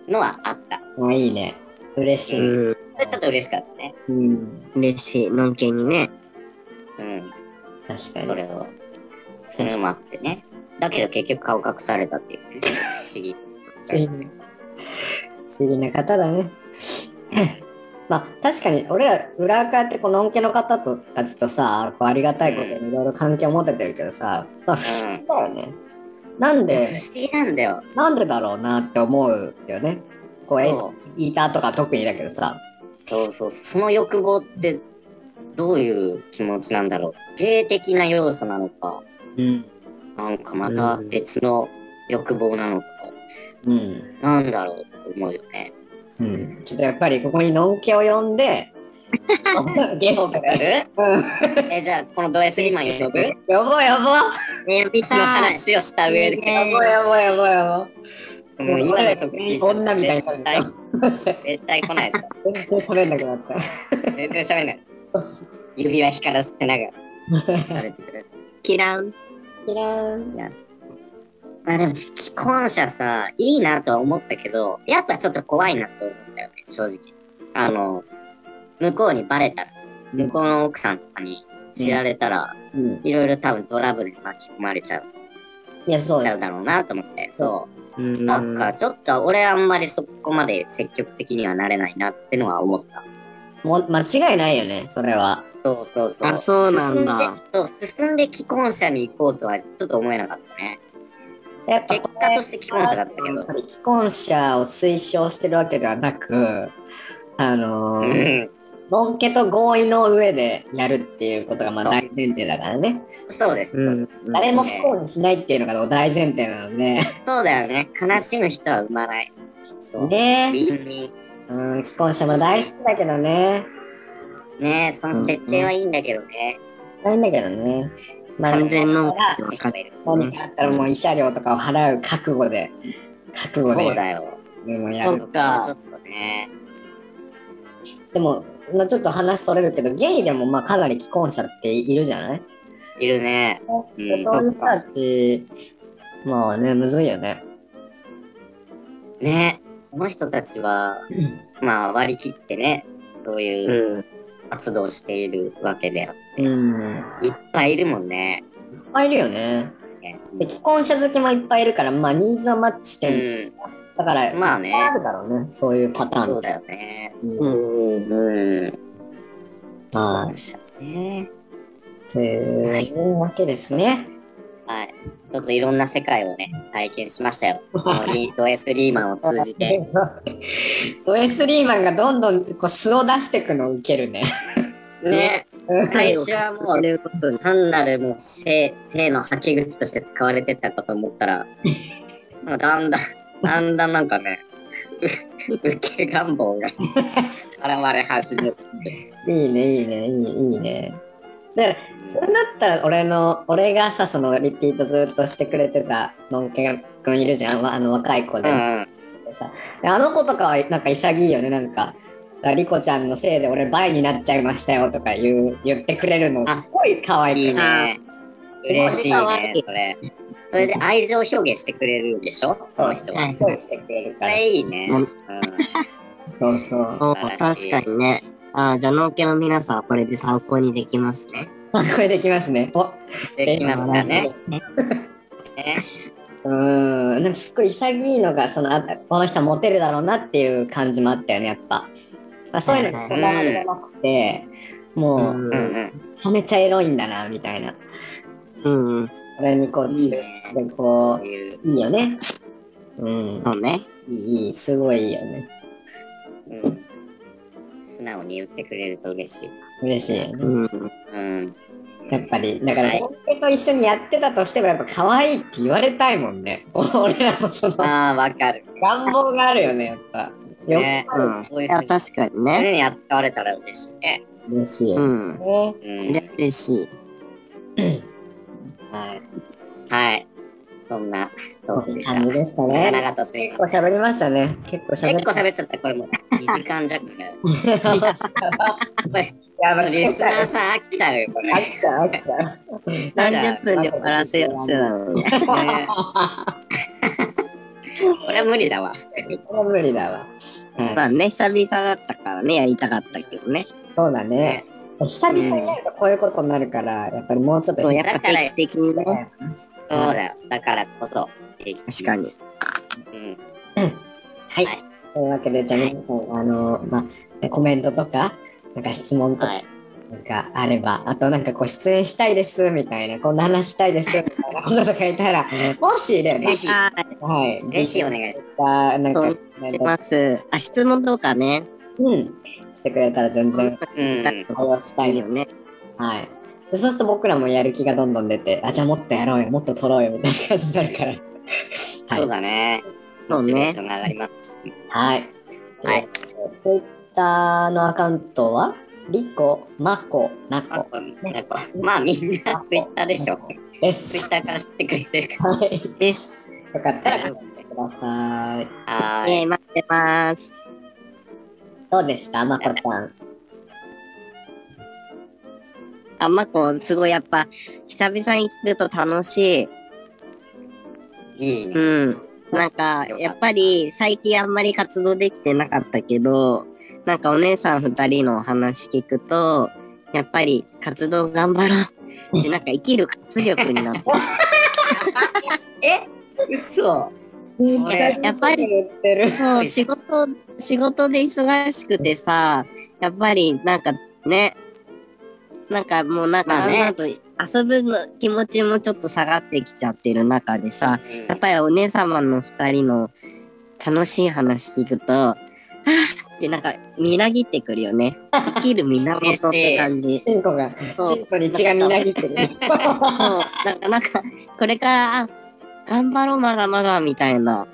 S3: のはあった。
S2: あいいね。嬉しい。
S1: うん。
S3: それちょっと嬉しかったね。
S2: うん。
S1: 嬉しい。のんけにね。
S3: うん、
S2: 確か
S3: そ
S2: に。
S3: れを。それもあってね。だけど結局顔隠されたっていうね、不思議。
S2: 不思議不思議な方だね。 まあ確かに俺ら裏垢ってこの恩恵の方とたちとさこうありがたいことにいろいろ関係を持ててるけどさ、まあ、不思議だよね。なん
S3: 不
S2: で
S3: 思議なんだよ。
S2: なんでだろうなって思うよね。こうえ
S3: そう
S2: ギターとか特にだけどさ
S3: そうそう、その欲望ってどういう気持ちなんだろう。芸的な要素なのか、
S2: うん、
S3: なんかまた別の欲望なのか、
S2: うん
S3: なんだろうって思うよね。
S2: うん、ちょっとやっぱりここにのんけを呼ん でゲスト
S3: そうかす
S2: で、
S3: る
S2: うん、
S3: え、じゃあこのド S 今呼
S2: 呼ぼう
S3: ぶ
S2: 呼ぼう
S1: ね、見
S3: の
S1: た い。
S3: 話をした上で、
S1: いい
S2: や
S1: ね
S2: ばいやばいやばいやばい。
S3: もう今のとこ
S2: 俺ら女みたいになるでしょ。そして
S3: 絶対来ないでしょ。
S2: 全然喋んなくなった。
S3: 全然喋んない。指輪光らせながら。
S1: キラン。
S2: キラーン。
S3: まあでも、既婚者さ、いいなとは思ったけど、やっぱちょっと怖いなと思ったよね、正直。あの、向こうにバレたら、向こうの奥さんとかに知られたら、
S2: うん。
S3: いろいろ多分トラブルに巻き込まれちゃう
S2: いやそう
S3: ち
S2: で
S3: ゃう
S2: す。
S3: だろうなと思って、そうう。
S1: ん
S3: だからちょっと俺あんまりそこまで積極的にはなれないなってのは思った。
S2: もう間違いないよね。それは。
S3: そうそうそう。
S1: あそうなんだ
S3: 進んで。そう、進んで既婚者に行こうとはちょっと思えなかったね。
S2: やっぱ
S3: 結
S2: こ
S3: 果
S2: れ
S3: として既婚者だったけ
S2: や
S3: ど
S2: っぱ。り既婚者を推奨してるわけではなく、あの
S3: う
S2: ー、
S3: ん。
S2: のんけと合意の上でやるっていうことがまあ大前提だからね。
S3: そうです、そうです。
S1: うん
S2: 誰も不幸にしないっていうのが大前提なので。
S3: そうだよね。悲しむ人は生まない。そう
S2: ね
S3: ビンビ
S2: うん、既婚者も大好きだけどね。
S3: ン。ねえ、その設定はいいんだけどね。
S2: ないんだけどね。
S1: 何千の口
S3: そう
S1: をかける。
S2: 何かあったらもう慰謝料とかを払う覚悟で、覚悟で
S3: だよ。
S2: もうや
S1: そ
S2: る。
S1: っか
S3: ちょっとね。
S2: でも、まあ、ちょっと話それるけど、ゲイでもまあかなり既婚者っているじゃない、
S3: いるね。
S2: で
S3: うん
S2: そういう人たち、まあね、むずいよね。
S3: ね。その人たちは、まあ割り切ってね、そういう
S1: うん。
S3: 活動をしているわけで、
S2: うん。い
S3: いっぱいいるもんね。
S2: っぱいいるよね。
S3: ね
S2: で、既婚者好きもいっぱいいるから、まあニーズはマッチしてる。
S3: う
S2: だから、
S3: ん。まあね。
S2: あるだろうね、そういうパターン。
S3: そうだよね。
S2: う
S1: うんんうん。
S3: うん。
S2: は
S3: そうね。
S2: い。というわけですね。
S3: はい。ちょっといろんな世界をね、体験しましたよ。こ のリートエスリーマンを通じて。。
S2: ウェスリーマンがどんどんこう素を出していくのウケるね。
S3: ね。最
S1: 最
S3: 初
S1: 初
S3: は
S1: は
S3: も
S1: も
S3: う
S1: う、ことに
S3: 単なるもう性性のはけ口として使われてたかと思ったら、まあ、だんだん、だんだんなんかね、う受け願望が 現れ始める。
S2: いいねいいねいいいいね。だからそれだったら俺の俺がさそのリピートずっとしてくれてたのんけくんいるじゃんわあの若い子
S3: う
S2: で,、
S3: んうん。
S2: さであの子とかはなんか潔いよねなんか。リコちゃんのせいで俺倍になっちゃいましたよとか言う言ってくれるのすごい可愛い
S3: い
S2: ね。
S3: いね。嬉しい
S1: 可愛
S3: ね
S1: い、
S3: それ。それで愛情表現してくれるでしょ、その人は。
S1: はい
S2: すごいしてくれる
S3: こ
S2: から。
S3: れいいね。
S1: う
S3: うんん。
S2: そうそう。
S1: そう、
S3: 素晴
S1: 確
S3: らしい
S1: かにね。ああ、じゃあ、農家の皆さんはこれで参考にできますね。
S2: あこれできますね。お
S3: できますかね。。ね
S2: うーん、なんか すごい潔いのがそのあこの人はモテるだろうなっていう感じもあったよねやっぱ、まあ、そういうのにこだわりがなくて、もう
S3: うんうん。
S2: はめちゃエロいんだなみたいな
S1: うんうん。
S2: これにこう
S3: い
S2: 注
S3: いね
S2: でこ
S3: こういう、
S2: ういいよねうん
S1: そうね。
S2: いいいいすごいいいよね
S3: うん、素直に言ってくれると嬉しい。
S2: 嬉しいよね
S1: うん。
S3: うん。
S2: やっぱりだから、
S3: はい
S2: 俺と一緒にやってたとしてもやっぱ可愛いって言われたいもんね 俺らもその
S3: まあ、わかる。
S2: 願望があるよねやっぱよ
S3: ね
S2: くある
S1: うん
S3: こうい
S1: いう
S3: ふう
S1: や、
S3: に
S1: 確かに
S3: そういう
S1: ね。
S3: ふうに扱われたら嬉しいね。
S2: 嬉しいよ
S1: う
S2: ね、
S1: ん。
S3: う
S1: それ
S3: ん
S1: は。嬉しい。
S2: はい
S3: はい。そんな、ト
S2: こ
S3: ー
S2: ん
S3: クで
S2: な感じで
S3: した。長
S2: したね
S3: 々とすみ
S2: 結
S3: ま
S2: 構喋りましたね。結構
S3: せ
S2: 喋っ
S3: ん。結構喋っちゃった、これもう2時間 弱だよ。これ
S2: やば
S3: リ
S2: い。
S3: スナーさん飽きたよ、これ。
S2: 飽きた飽きた。
S1: 何十分で終わらせようってなのに。
S3: ね これ無理だわ。
S2: これは無理だわ。うん
S1: まあね、久々だったからね、やりたかったけどね。
S2: そうだね。久々にやるとこういうことになるから、やっぱりもうちょっと
S1: そう、
S2: ね。
S1: やっぱ定期的にね。
S3: そうだよ。だからこそ。確
S1: 確か。に。
S3: うん。
S2: はい。というわけで、じゃあ皆さん、あの、まあ、コメントとか、なんか質問と
S3: は
S2: か
S3: い。
S2: なんかあれば、あとなんかこう出演したいですみたいな、こんな話したいですみたいなこととかいたら、もしいれば
S3: ぜ、ひ、
S1: はい、
S2: はい。
S3: ぜひお願いしま
S2: あなんか
S1: そう、します。あ、質問とかね。
S2: うん、してくれたら全然
S3: す。うん。
S2: 対応した
S1: い
S2: い
S1: い
S2: よ。
S1: よね。
S2: はい。でそうすると僕らもやる気がどんどん出て、あ、じゃあもっとやろうよ、もっと取ろうよみたいな感じになるから。
S3: そうだね。
S1: そうね
S3: モチベーションが上がります。
S2: はい。
S3: はい。
S2: Twitter のアカウントは、リコ、マコ、ナ
S3: あ
S2: コ
S3: なんかまあみんなツイッターでしょ。
S2: です
S3: ツイ。ッターから知ってくれてるか
S2: はい。
S1: です。
S2: よかったら。
S3: ら大
S2: く
S3: 丈夫で
S2: ださい。
S3: はーい。
S1: えー、待ってます。
S2: どうでしたマコちゃん。
S1: あ、まこ、すごいやっぱ、久々に聞くと楽しい。
S3: いいね。
S1: うん。なんか、やっぱり最近あんまり活動できてなかったけど、なんかお姉さん二人のお話聞くと、やっぱり活動頑張ろうって、なんか生きる活力に なって、
S3: え嘘
S1: 俺やっぱり
S2: 言ってる。
S1: そう仕事、仕事で忙しくてさ、やっぱりなんかね、なんかもうなんか
S3: まあ
S1: だん
S3: ね
S1: だんと遊ぶの気持ちもちょっと下がってきちゃってる中でさ、やっぱりお姉様の二人の楽しい話聞くと、あーってなんかみなぎってくるよね。生きる源って感じ。
S2: チンコが、
S1: そう
S2: チンコに血がみなぎってる。
S1: そうなんかなんかこれからあ頑張ろうまだまだみたいな。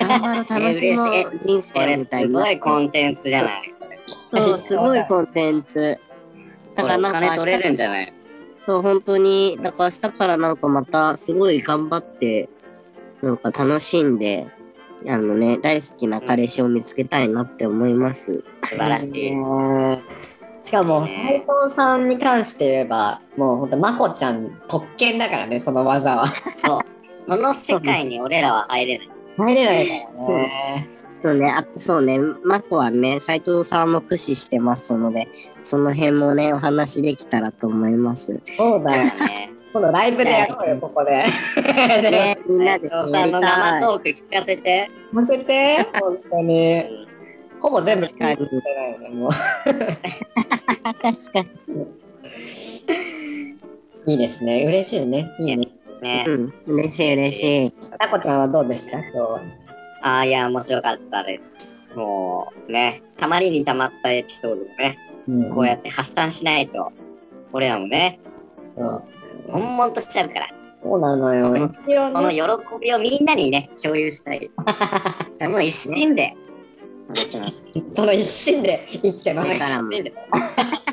S1: 頑張ろう楽し も
S3: え
S1: う人
S3: こ
S1: 生
S3: れ
S1: み
S3: す
S1: たいな
S3: ご。いコンテンツじゃない。
S1: そうすごいコンテンツ。
S3: こ
S1: だから
S3: れお
S1: なんか
S3: 金取れるんじゃない
S1: そう、本当に、だから明日からなんかまたすごい頑張って、なんか楽しんで、あのね、大好きな彼氏を見つけたいなって思います。
S3: 素晴らしい。
S2: うんしかも、
S3: いい
S2: 斉
S3: ね
S2: 藤さんに関して言えば、もう本当、まこちゃん特権だからね、その技は。
S3: その世界に俺らは入れない。
S2: 入れないからね。
S1: そうね、あそうね、マコはね、斎藤さんも駆使してますので、その辺もね、お話できたらと思います。
S2: そうだよ。
S3: ね、
S2: 今度ライブでやろうよ、ここで。
S1: ね、みんなで
S3: お父さんの生トーク聞かせて。
S2: 乗せて、本当に。ほぼ全部
S1: 確かに
S2: 聞いてないよね、も
S1: あ、確かに。
S2: う。いいですね、嬉しいね。いいね。
S3: ね
S1: う、ん、嬉しい嬉しい。
S2: まこちゃんはどうでした今日は。
S3: ああ、いや、面白かったです。もう、ね、たまりにたまったエピソードをね、
S2: うん
S3: こうやって発散しないと、俺らもね、
S2: そう
S3: 悶々としちゃうから、
S2: そうなのよ。一応
S3: この
S2: ね、
S3: 喜びをみんなにね、共有した い。その一心で、その一
S2: その一心で生きてます
S1: だからも
S3: 心で。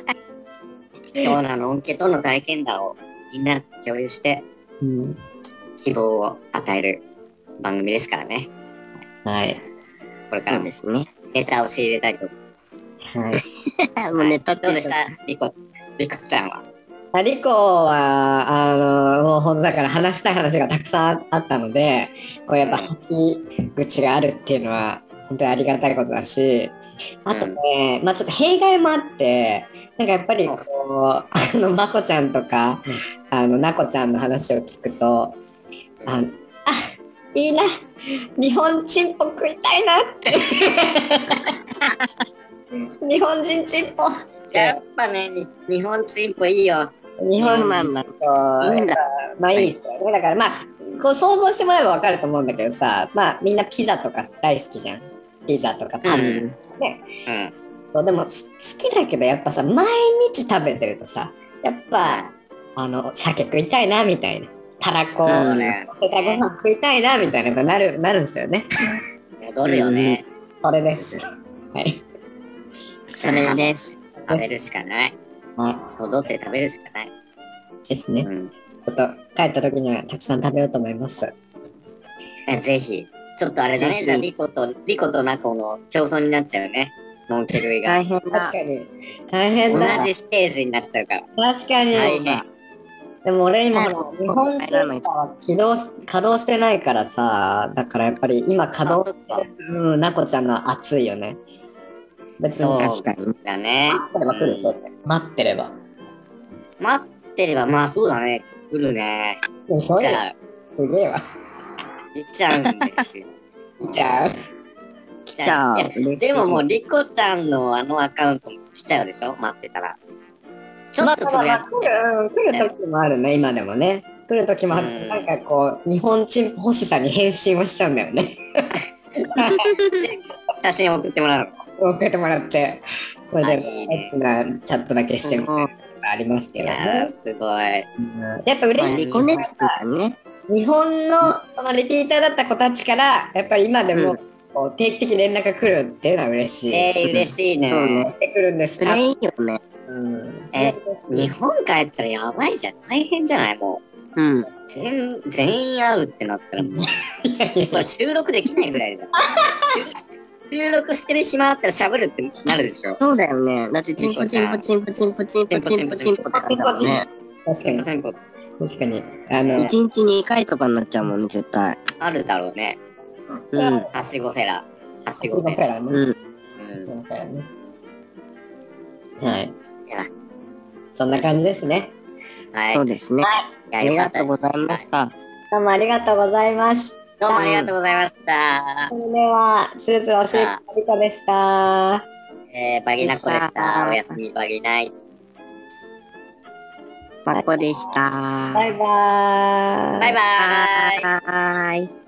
S3: 貴重なの恩恵との体験談をみんなと共有して、
S2: うん
S3: 希望を与える番組ですからね。
S2: はい。
S3: これか
S1: そ
S3: ら
S1: う
S3: も
S1: ですね。
S3: ネタを仕入れたいと思います。
S2: はい。
S1: もうネタって
S3: どうでしたリコ、リコちゃんは。
S2: あリコはあのもう本当だから話したい話がたくさんあったのでこうやっぱ吐き口があるっていうのは本当にありがたいことだしあとね、まあちょっと弊害もあってなんかやっぱりこう、あのまこちゃんとか、あのなこちゃんの話を聞くとあのあいいな日本チンポ食いたいなって 日本人チンポ
S3: やっぱね、に日本チンポいいよ。
S2: 日
S1: そ
S2: 本
S1: うなんだ。
S2: そう
S1: いいんだ
S2: まあいいですよねだからまあこう想像してもらえばわかると思うんだけどさまあみんなピザとか大好きじゃんピザとかパ
S1: う
S2: ス
S1: ん。
S2: タ、
S3: うん。
S2: そうでもす好きだけどやっぱさ毎日食べてるとさやっぱあの鮭食いたいなみたいなたらこを
S3: そ
S2: 乗
S3: うね。
S2: せたご飯食いたいなみたいなのがなるなるんですよね
S3: 戻るよね。
S2: それですはい
S1: それです。
S3: 食べるしかない。
S2: あ
S3: 戻って食べるしかない。
S2: ですね
S3: うん。
S2: ちょっと帰った時にはたくさん食べようと思います
S3: えぜひ。ちょっとあれだ
S1: ぜ
S3: ね。
S1: ひ
S3: じゃあ、リコと、リコとナコの競争になっちゃうね。ノンケ類が。
S1: 大変
S2: 確
S1: だ。
S2: かに大変
S3: 同
S2: だ
S3: じステージになっちゃうから。
S2: 確かに
S3: 大変。
S2: でも俺今
S1: 早
S2: ほら
S1: く
S2: 日本ツイッターは起動し稼働してないからさだからやっぱり今稼働し
S3: あそ
S2: てるうんなこちゃんの熱いよね別に
S3: そう
S2: 待
S1: 確かに。
S3: だね。
S2: ってれば来るでしょ待ってれば
S3: うん待ってれば、まあそうだね。来るね。
S2: でも
S3: 来
S2: そう
S3: ち
S2: いう
S3: ゃう。
S2: のすげえわ
S3: 来ちゃうんですよ。
S2: 来ちゃう
S3: 来
S1: じゃあ、
S3: いや
S1: 嬉しい
S3: でももう、リコちゃんのあのアカウントも来ちゃうでしょ待ってたら。ちょっとつ
S2: まあ
S3: ぶや
S2: まあまあ来るうん来る時もあるね今でもね来る時もある
S3: うん
S2: なんかこう日本人欲しさに変身をしちゃうんだよね
S3: 写真送ってもらうの。
S2: 送ってもらってこれ
S3: あ
S2: で
S3: いいね
S2: エッチなチャットだけしても
S1: もう
S2: ありますけ
S3: い
S2: ど
S3: やー
S2: ね
S3: すごい。
S2: うんやっぱ嬉
S1: まあ、
S2: しい
S1: リコネスだね。
S2: 日本のそのリピーターだった子たちからやっぱり今で
S1: う
S2: も
S1: ん
S2: こう定期的に連絡が来るっていうのは嬉しい。
S3: えー、嬉しい
S1: そう
S3: ね。
S1: ね
S2: やってくるんです
S1: そ
S2: か。
S1: れいいよね。
S2: うん、
S3: え
S2: そうで
S3: 日
S2: す
S3: 本帰ったらやばいじゃん。大変じゃないも
S1: うん。
S3: う。全全員会うってなったらもう、
S2: いやい
S3: こ
S2: や
S3: れ収録できないぐら いじゃん。収収録してる暇あったら喋るってなるでしょ。
S1: そうだよね。だって、チンポチンポチンポチンポチンポチンポチンポって感じだもんね。
S2: 確かに
S3: 先方
S2: 確かにあの
S1: 一日2回とかになっちゃうもんね、絶対。
S3: あるだろうね。
S1: うん。
S3: はしごフェラ。はしご
S2: 僕
S3: フ
S2: のペ
S3: ェラ。
S2: ラね。
S1: うん。
S3: うん
S2: そうペラね。はい。
S3: いや
S2: そんな感じですね。
S3: はい。
S1: そうですね。
S3: い
S1: あ
S3: や
S1: り
S3: よか
S1: が
S3: った
S1: とう
S3: で
S1: ご
S3: す
S1: ざいました。
S2: どうもありがとうございました。
S3: どうもありがとうございました。
S2: それではつるつるおしりたりこでした。
S3: えー、バギナコでした。おやすみ、バギナイ。
S1: まこでした。
S2: バイバーイ。
S3: バイバーイ。
S1: バイバイ。